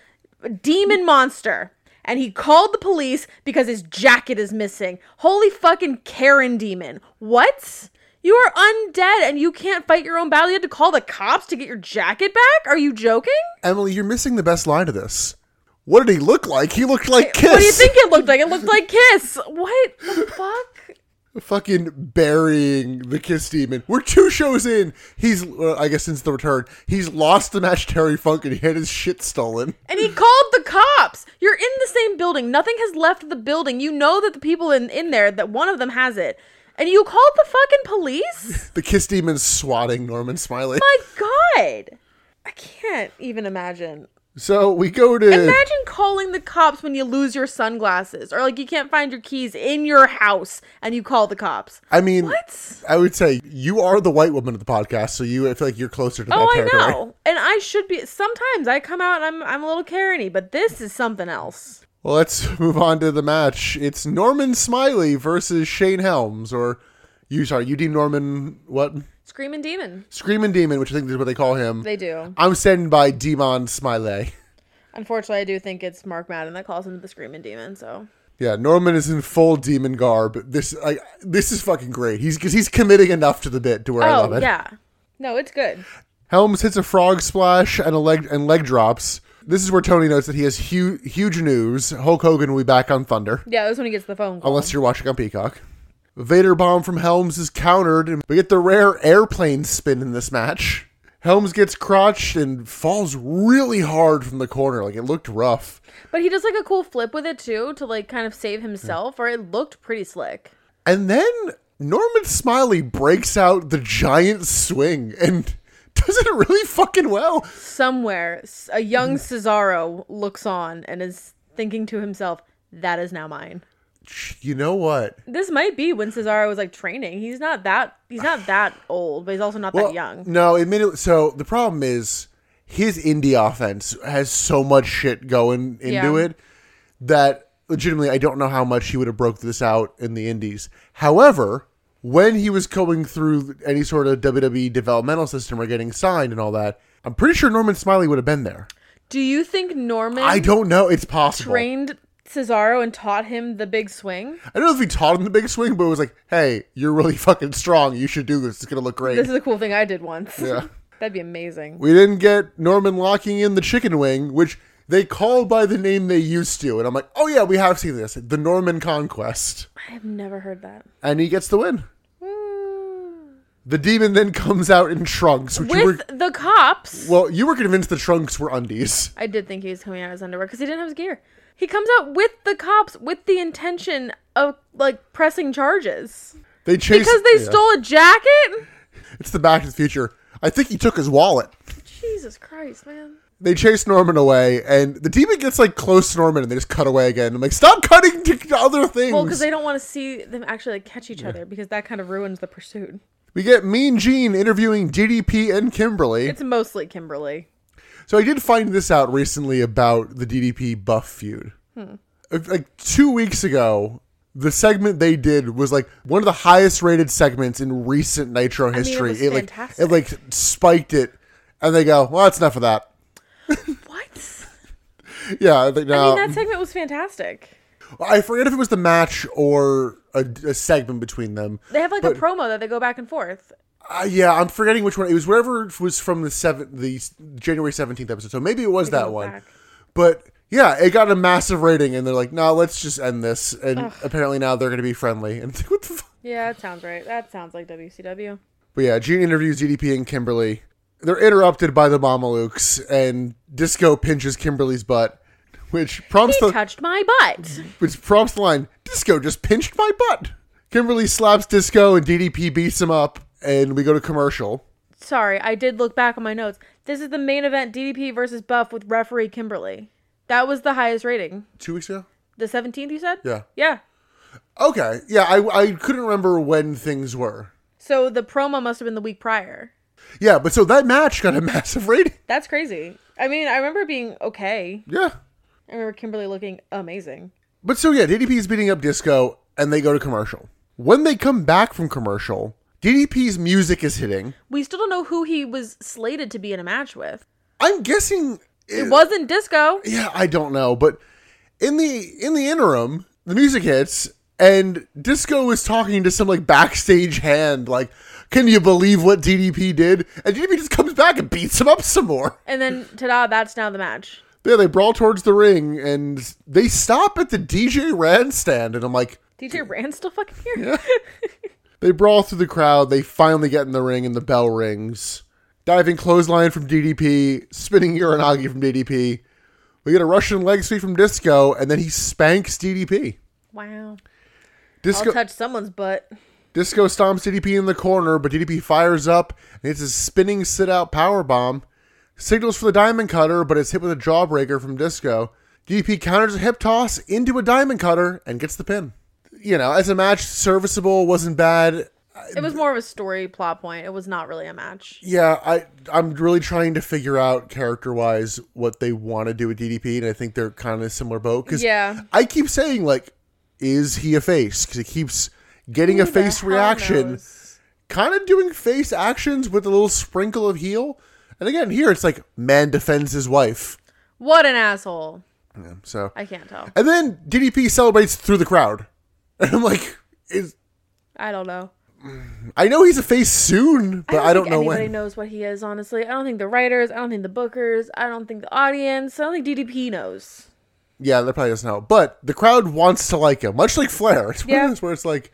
B: demon monster. And he called the police because his jacket is missing. Holy fucking Karen demon. What? You are undead and you can't fight your own battle. You had to call the cops to get your jacket back? Are you joking?
A: Emily, you're missing the best line of this. What did he look like? He looked like Kiss.
B: What do you think it looked like? It looked like Kiss. What the fuck?
A: Fucking burying the Kiss demon. We're two shows in. He's, uh, I guess, since the return, he's lost the match to Terry Funk and he had his shit stolen.
B: And he called the cops. You're in the same building. Nothing has left the building. You know that the people in, in there, that one of them has it. And you called the fucking police?
A: The Kiss Demon's swatting Norman Smiley.
B: My God. I can't even imagine.
A: So we go to
B: Imagine calling the cops when you lose your sunglasses or like you can't find your keys in your house and you call the cops.
A: I mean
B: What?
A: I would say you are the white woman of the podcast, so you I feel like you're closer to
B: Oh,
A: that
B: I
A: territory.
B: know. And I should be sometimes I come out and I'm I'm a little Karen-y, but this is something else.
A: Well, let's move on to the match. It's Norman Smiley versus Shane Helms or you sorry, you deem Norman what?
B: Screaming demon.
A: Screaming Demon, which I think is what they call him.
B: They do.
A: I'm standing by Demon Smiley.
B: Unfortunately, I do think it's Mark Madden that calls him the Screaming Demon. So
A: Yeah, Norman is in full demon garb. This like this is fucking great. He's cuz he's committing enough to the bit to where I love
B: oh
A: it.
B: yeah, no, it's good.
A: Helms hits a frog splash and a leg and leg drops. This is where Tony notes that he has hu- huge news. Hulk Hogan will be back on Thunder,
B: Yeah, that's when he gets the phone call.
A: unless you're watching on Peacock. Vader bomb from Helms is countered, and we get the rare airplane spin in this match. Helms gets crotched and falls really hard from the corner. Like it looked rough.
B: but he does like a cool flip with it too to like kind of save himself, or it looked pretty slick.
A: And then Norman Smiley breaks out the giant swing and does it really fucking well.
B: Somewhere, s- a young Cesaro looks on and is thinking to himself, "That is now mine."
A: You know what?
B: This might be when Cesaro was like training. He's not that he's not that old, but he's also not that young.
A: No, admittedly. So the problem is his indie offense has so much shit going into
B: Yeah.
A: it that legitimately I don't know how much he would have broke this out in the indies. However, when he was going through any sort of WWE developmental system or getting signed and all that, I'm pretty sure Norman Smiley would have been there.
B: Do you think Norman
A: I don't know. It's possible.
B: trained Cesaro and taught him the big swing?
A: I don't know if he taught him the big swing, but it was like, hey, you're really fucking strong. You should do this. It's going to look great.
B: This is a cool thing I did once.
A: Yeah.
B: That'd be amazing.
A: We didn't get Norman locking in the chicken wing, which they call by the name they used to. And I'm like, oh yeah, we have seen this. The Norman Conquest.
B: I've never heard that.
A: And he gets the win. The demon then comes out in trunks, which you were
B: With the cops.
A: well, you were convinced the trunks were undies.
B: I did think he was coming out of his underwear because he didn't have his gear. He comes out with the cops with the intention of like pressing charges
A: They chased
B: because they
A: yeah.
B: stole a jacket.
A: It's the Back to the Future. I think he took his wallet.
B: Jesus Christ, man!
A: They chase Norman away, and the demon gets like close to Norman, and they just cut away again. I'm like, stop cutting to other things.
B: Well, because they don't want to see them actually like catch each other because that kind of ruins the pursuit.
A: we get Mean Gene interviewing DDP and Kimberly.
B: It's mostly Kimberly.
A: So I did find this out recently about the DDP Buff feud.
B: Hmm.
A: Like two weeks ago, the segment they did was like one of the highest rated segments in recent Nitro
B: was
A: history. it, like
B: fantastic.
A: it like spiked it, and they go, "Well, that's enough of that."
B: What?
A: Yeah, they,
B: I
A: no,
B: mean, that segment was fantastic.
A: I forget if it was the match or a, a segment between them.
B: They have like
A: But-
B: a promo that they go back and forth.
A: Uh, yeah, I'm forgetting which one. It was wherever it was from the seven, the s- January 17th episode. So maybe it was
B: can
A: that
B: look
A: one.
B: back.
A: But yeah, it got a massive rating, and they're like, "No, let's just end this." And apparently now they're going to be friendly. And it's like, what the? Fuck?
B: Yeah, that sounds right. That sounds like WCW.
A: But yeah, Gene interviews DDP and Kimberly. They're interrupted by the Mamalukes, and Disco pinches Kimberly's butt, which prompts
B: He
A: the
B: touched my butt.
A: which prompts the line, Disco just pinched my butt. Kimberly slaps Disco and DDP beats him up, and we go to commercial.
B: Sorry, I did look back on my notes. This is the main event: DDP versus Buff with referee Kimberly. That was the highest rating.
A: Two weeks ago?
B: The seventeenth, you said?
A: Yeah.
B: Yeah.
A: Okay. Yeah, I, I couldn't remember when things were.
B: So the promo must have been the week prior.
A: Yeah, but so that match got a massive rating.
B: That's crazy. I mean, I remember it being okay.
A: Yeah.
B: I remember Kimberly looking amazing.
A: But so yeah, DDP is beating up Disco, and they go to commercial. When they come back from commercial, DDP's music is hitting.
B: We still don't know who he was slated to be in a match with.
A: I'm guessing
B: It wasn't Disco.
A: yeah i don't know but in the in the interim the music hits and disco is talking to some like backstage hand like can you believe what ddp did and ddp just comes back and beats him up some more
B: And then ta-da, that's now the match.
A: yeah they brawl towards the ring and they stop at the dj rand stand and i'm like
B: DJ Rand's still fucking here.
A: they brawl through the crowd they finally get in the ring and the bell rings diving clothesline from ddp spinning uranagi from ddp we get a russian leg sweep from disco and then he spanks ddp
B: Wow.
A: Disco
B: I'll touch someone's butt.
A: Disco stomps DDP in the corner, but DDP fires up and hits a spinning sit out power bomb. Signals for the diamond cutter, but it's hit with a jawbreaker from Disco. DDP counters a hip toss into a diamond cutter and gets the pin. You know, as a match, serviceable, wasn't bad.
B: It was more of a story plot point. It was not really a match.
A: Yeah, I I'm really trying to figure out character wise what they want to do with DDP, and I think they're kind of similar boat. 'cause
B: Yeah.
A: I keep saying like, is he a face? Because he keeps getting a
B: Who the
A: face
B: hell
A: reaction.
B: knows?
A: kind of doing face actions with a little sprinkle of heel. And again, here it's like man defends his wife.
B: What an asshole.
A: So
B: I can't tell.
A: and then DDP celebrates through the crowd, and I'm like, is
B: I don't know.
A: I know he's a face soon, but I don't,
B: think
A: know
B: anybody
A: when.
B: knows what he is, honestly. I don't think the writers, I don't think the bookers, I don't think the audience, I don't think DDP knows.
A: Yeah, that probably doesn't help. But the crowd wants to like him, much like Flair. It's one
B: Yeah.
A: of those where it's like,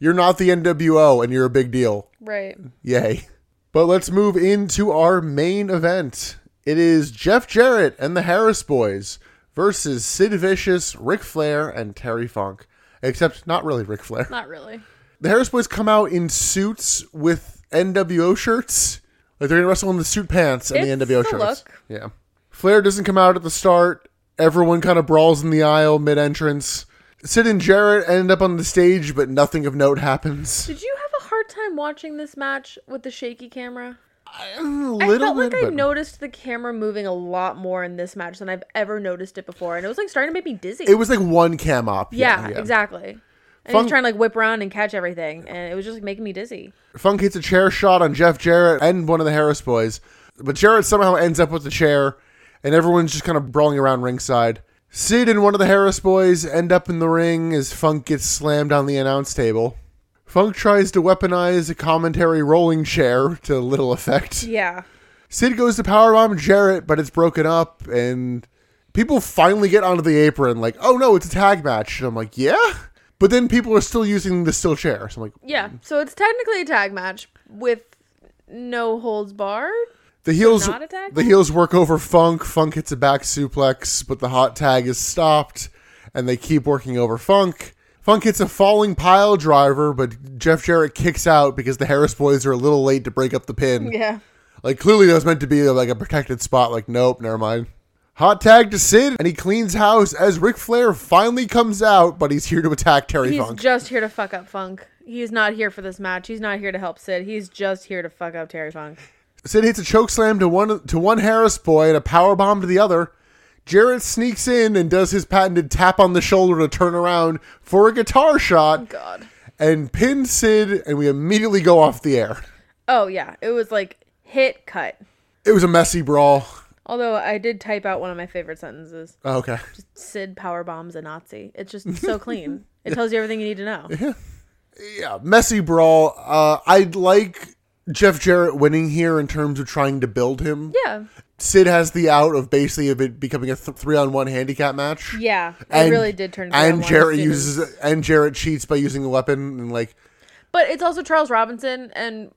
A: you're not the NWO and you're a big deal.
B: Right.
A: Yay. But let's move into our main event. It is Jeff Jarrett and the Harris Boys versus Sid Vicious, Ric Flair, and Terry Funk. Except not really Ric Flair.
B: Not really.
A: The Harris Boys come out in suits with NWO shirts. Like they're gonna wrestle in the suit pants and the
B: It's
A: NWO
B: the
A: shirts.
B: look.
A: Yeah. Flair doesn't come out at the start. Everyone kind of brawls in the aisle mid entrance. Sid and Jarrett end up on the stage, but nothing of note happens.
B: Did you have a hard time watching this match with the shaky camera?
A: A little
B: I felt like
A: bit,
B: I
A: but-
B: noticed the camera moving a lot more in this match than I've ever noticed it before, and it was like starting to make me dizzy.
A: It was like one cam op.
B: yeah, exactly. And
A: Fun-
B: he's trying to like whip around and catch everything, and it was just like making me dizzy.
A: Funk hits a chair shot on Jeff Jarrett and one of the Harris boys, but Jarrett somehow ends up with the chair, and everyone's just kind of brawling around ringside. Sid and one of the Harris boys end up in the ring as Funk gets slammed on the announce table. Funk tries to weaponize a commentary rolling chair to little effect.
B: Yeah,
A: Sid goes to powerbomb Jarrett, but it's broken up, and people finally get onto the apron like, oh no, it's a tag match. And I'm like, yeah? But then people are still using the still chair. So I'm like,
B: yeah. So it's technically a tag match with no holds barred.
A: The heels,
B: not a tag?
A: the heels work over Funk. Funk hits a back suplex, but the hot tag is stopped, and they keep working over Funk. Funk hits a falling pile driver, but Jeff Jarrett kicks out because the Harris boys are a little late to break up the pin.
B: Yeah,
A: Like clearly that was meant to be like a protected spot. Like nope, never mind. Hot tag to Sid, and he cleans house as Ric Flair finally comes out, but he's here to attack Terry
B: He's
A: Funk.
B: just here to fuck up Funk. He's not here for this match. He's not here to help Sid. He's just here to fuck up Terry Funk.
A: Sid hits a choke slam to one to one Harris boy and a power bomb to the other. Jarrett sneaks in and does his patented tap on the shoulder to turn around for a guitar shot
B: God.
A: and pin Sid, and we immediately go off the air.
B: Oh yeah, it was like hit cut.
A: It was a messy brawl.
B: Although I did type out one of my favorite sentences.
A: Oh, okay.
B: Sid power bombs a Nazi. It's just so clean. It tells you everything you need to know.
A: Yeah, messy brawl. Uh, I'd like Jeff Jarrett winning here in terms of trying to build him.
B: Yeah.
A: Sid has the out of basically of it becoming a th- three on one handicap match.
B: Yeah. It
A: And-
B: really did turn into
A: And
B: that
A: Jarrett
B: one student.
A: uses and Jarrett cheats by using a weapon and like
B: But it's also Charles Robinson and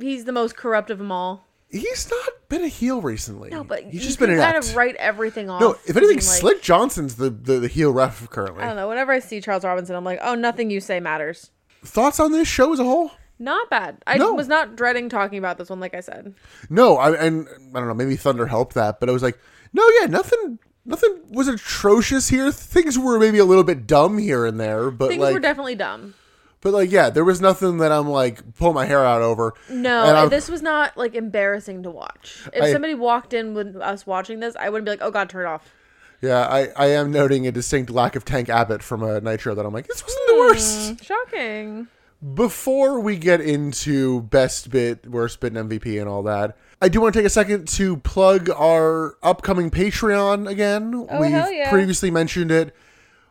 B: he's the most corrupt of them all.
A: he's not been a heel recently.
B: No, but
A: he's
B: you
A: just
B: can
A: been an
B: kind
A: act.
B: of write everything off.
A: no, if anything,
B: being like- Oh.
A: Slick Johnson's the, the the heel ref currently.
B: I don't know. Whenever I see Charles Robinson, I'm like, oh, nothing you say matters.
A: Thoughts on this show as a whole?
B: Not bad. I
A: No.
B: was not dreading talking about this one, like I said.
A: No, I and I don't know. Maybe Thunder helped that, but I was like, no, yeah, nothing. Nothing was atrocious here. Things were maybe a little bit dumb here and there, but
B: Things
A: like,
B: were definitely dumb.
A: but like, yeah, there was nothing that I'm like pull my hair out over.
B: No,
A: And I'm-
B: this was not like embarrassing to watch. If
A: I-
B: somebody walked in with us watching this, I wouldn't be like, "Oh God, turn it off."
A: yeah, I, I am noting a distinct lack of Tank Abbott from a Nitro that I'm like, this wasn't the
B: Hmm.
A: worst.
B: Shocking.
A: Before we get into best bit, worst bit, and MVP and all that, I do want to take a second to plug our upcoming Patreon again.
B: Oh,
A: We've
B: hell yeah.
A: previously mentioned it.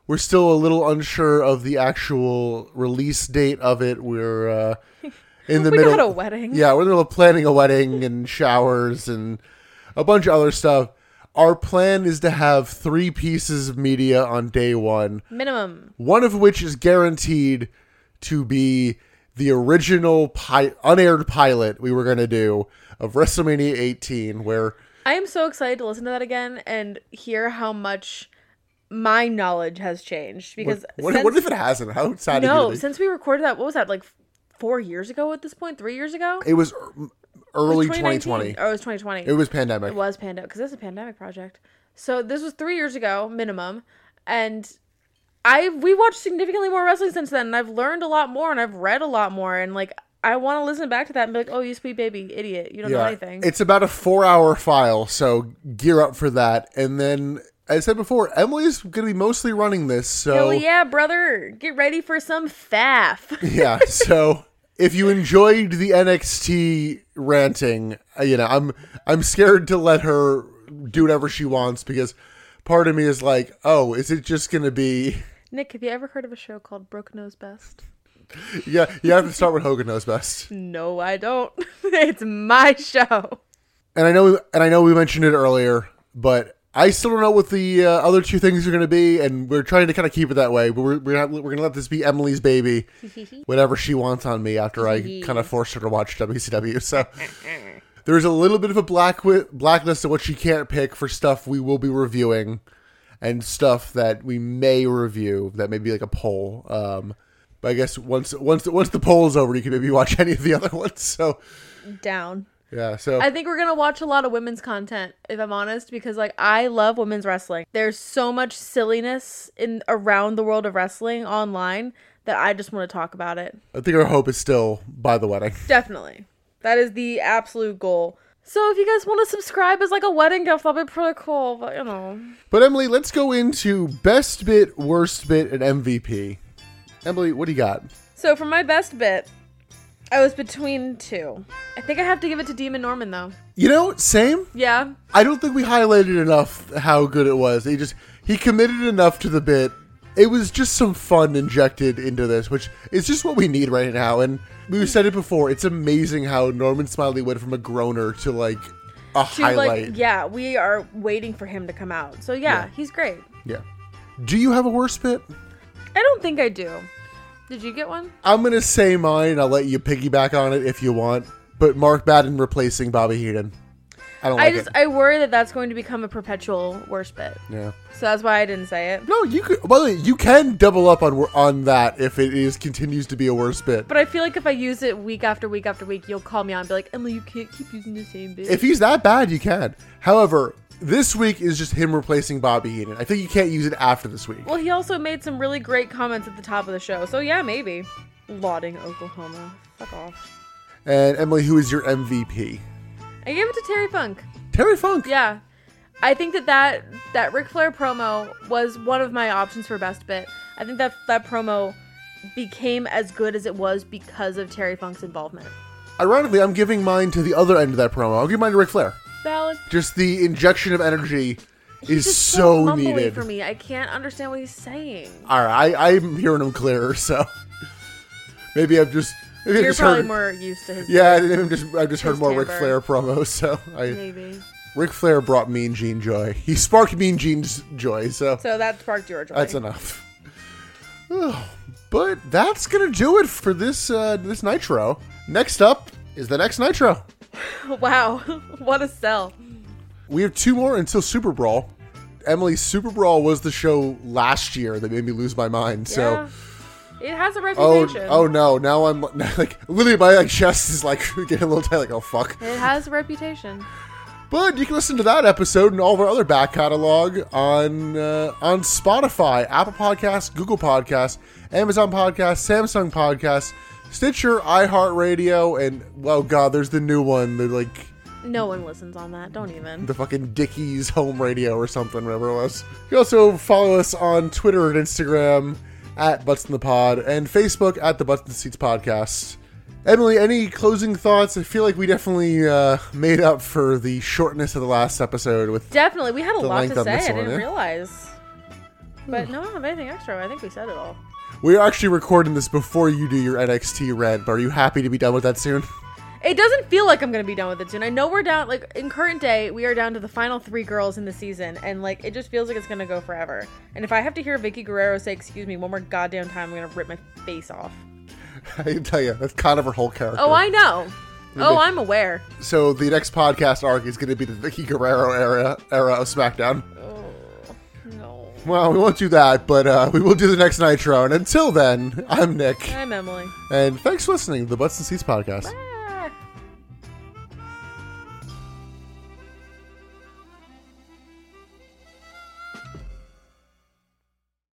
A: We're still a little unsure of the actual release date of it. We're uh, in the
B: We
A: middle
B: got a wedding.
A: Yeah, we're in the middle of planning a wedding and showers and a bunch of other stuff. Our plan is to have three pieces of media on day one
B: Minimum.
A: one of which is guaranteed to be the original pi- unaired pilot we were going to do of WrestleMania 18, where
B: I am so excited to listen to that again and hear how much my knowledge has changed because
A: what,
B: since,
A: what if it hasn't? How excited
B: no,
A: you
B: since we recorded that, what was that like four years ago? At this point, three years ago,
A: It was er- early
B: 2019.
A: 2020.
B: Or Oh, it was 2020.
A: It was pandemic.
B: It was pandemic because that's a pandemic project. So this was three years ago minimum, and I we watched significantly more wrestling since then, and I've learned a lot more, and I've read a lot more, and like I want to listen back to that and be like, oh, you sweet baby idiot, you don't know
A: Yeah.
B: anything.
A: It's about a four hour file, so gear up for that. And then, as I said before, Emily's going to be mostly running this. So
B: Hell yeah, brother! Get ready for some faff.
A: yeah so if you enjoyed the nxt ranting uh, you know i'm i'm scared to let her do whatever she wants because part of me is like oh is it just gonna be
B: Nick, have you ever heard of a show called Brooke Knows Best?
A: yeah you have to start with hogan knows best
B: No, I don't. it's my show.
A: and i know and i know we mentioned it earlier but I still don't know what the uh, other two things are going to be, and we're trying to kind of keep it that way. But we're we're, not, we're going to let this be Emily's baby, whatever she wants on me after I kind of forced her to watch WCW. So There's a little bit of a black wi- blacklist of what she can't pick for stuff we will be reviewing, and stuff that we may review that may be like a poll. Um, but I guess once once once the poll is over, you can maybe watch any of the other ones. So
B: Down.
A: yeah, so
B: I think we're gonna watch a lot of women's content, if I'm honest, because like I love women's wrestling. There's so much silliness in around the world of wrestling online that I just want to talk about it.
A: I think our hope is still by the wedding.
B: Definitely, that is the absolute goal. So if you guys want to subscribe as like a wedding gift, that'll be pretty cool. But you know,
A: But Emily, let's go into best bit, worst bit, and MVP. Emily, what do you got?
B: so for my best bit, I was between two. I think I have to give it to Demon Norman though.
A: You know, same.
B: Yeah,
A: I don't think we highlighted enough how good it was. He just he committed enough to the bit. It was just some fun injected into this, which is just what we need right now. And we've said it before. It's amazing how Norman Smiley went from a groaner to like a
B: to
A: highlight.
B: like yeah, we are waiting for him to come out. So yeah. he's great.
A: yeah. Do you have a worse bit?
B: I don't think I do. Did you get one?
A: I'm gonna say mine. I'll let you piggyback on it if you want. But Mark Madden replacing Bobby Heenan. I don't like
B: I just
A: it.
B: I worry that that's going to become a perpetual worst bit.
A: yeah.
B: So that's why I didn't say it.
A: No, you could. By the way, you can double up on wor- on that if it is continues to be a worse bit.
B: But I feel like if I use it week after week after week, you'll call me out and be like, Emily, you can't keep using the same bit.
A: If he's that bad, you can. However, this week is just him replacing Bobby Heenan. I think you can't use it after this week.
B: well, he also made some really great comments at the top of the show. So yeah, maybe. Lauding Oklahoma. Fuck off.
A: And Emily, who is your MVP?
B: I gave it to Terry Funk.
A: Terry Funk.
B: Yeah. I think that that, that Ric Flair promo was one of my options for best bit. I think that that promo became as good as it was because of Terry Funk's involvement.
A: Ironically, I'm giving mine to the other end of that promo. I'll give mine to Ric Flair.
B: Valid.
A: Just the injection of energy is
B: Just
A: so,
B: mumbly
A: needed.
B: for me. I can't understand what he's saying.
A: All right, I, I'm hearing him clearer, so maybe I've just maybe I've
B: You're
A: just
B: probably
A: heard.
B: more used to his
A: yeah, I've just I've just heard
B: His
A: more Ric Flair
B: timbre.
A: promos, so I
B: maybe.
A: Ric Flair brought Mean Gene joy. He sparked Mean Gene's joy, so
B: So that sparked your joy.
A: that's enough. Ugh, but that's gonna do it for this uh, this Nitro. Next up is the next Nitro.
B: wow, what a sell!
A: We have two more until Super Brawl. Emily's Super Brawl was the show last year that made me lose my mind. So,
B: Yeah. it has a
A: oh,
B: reputation.
A: oh no! Now I'm now, like literally my like chest is like getting a little tight. Like, oh fuck!
B: It has a reputation.
A: But you can listen to that episode and all of our other back catalog on uh, on Spotify, Apple Podcasts, Google Podcasts, Amazon Podcasts, Samsung Podcasts, Stitcher, iHeartRadio, and well, God, there's the new one. They're like
B: No one listens on that. Don't even.
A: the fucking Dickies home radio or something, whatever it was. You can also follow us on Twitter and Instagram at Butts in the Pod and Facebook at the Butts in the Seats Podcast. Emily, any closing thoughts? I feel like we definitely uh, made up for the shortness of the last episode with
B: Definitely, we had a
A: The
B: lot
A: length
B: to
A: on
B: say. I
A: this one,
B: didn't
A: yeah. Hmm.
B: realize. But no, I don't have anything extra. I think we said it all.
A: We're actually recording this before you do your NXT red, but are you happy to be done with that soon?
B: It doesn't feel like I'm gonna be done with it soon. I know we're down. Like in current day, we are down to the final three girls in the season, and like it just feels like it's gonna go forever. And if I have to hear Vicky Guerrero say "excuse me" one more goddamn time, I'm gonna rip my face off.
A: I can tell you, that's kind of her whole character.
B: Oh, I know. Oh, I'm aware.
A: So the next podcast arc is going to be the Vicky Guerrero era era of SmackDown.
B: Oh, no.
A: Well, we won't do that, but uh, we will do the next Nitro. And until then, I'm Nick,
B: I'm Emily. Ah.
A: and thanks for listening to the Butts and Seats podcast.
B: Bye.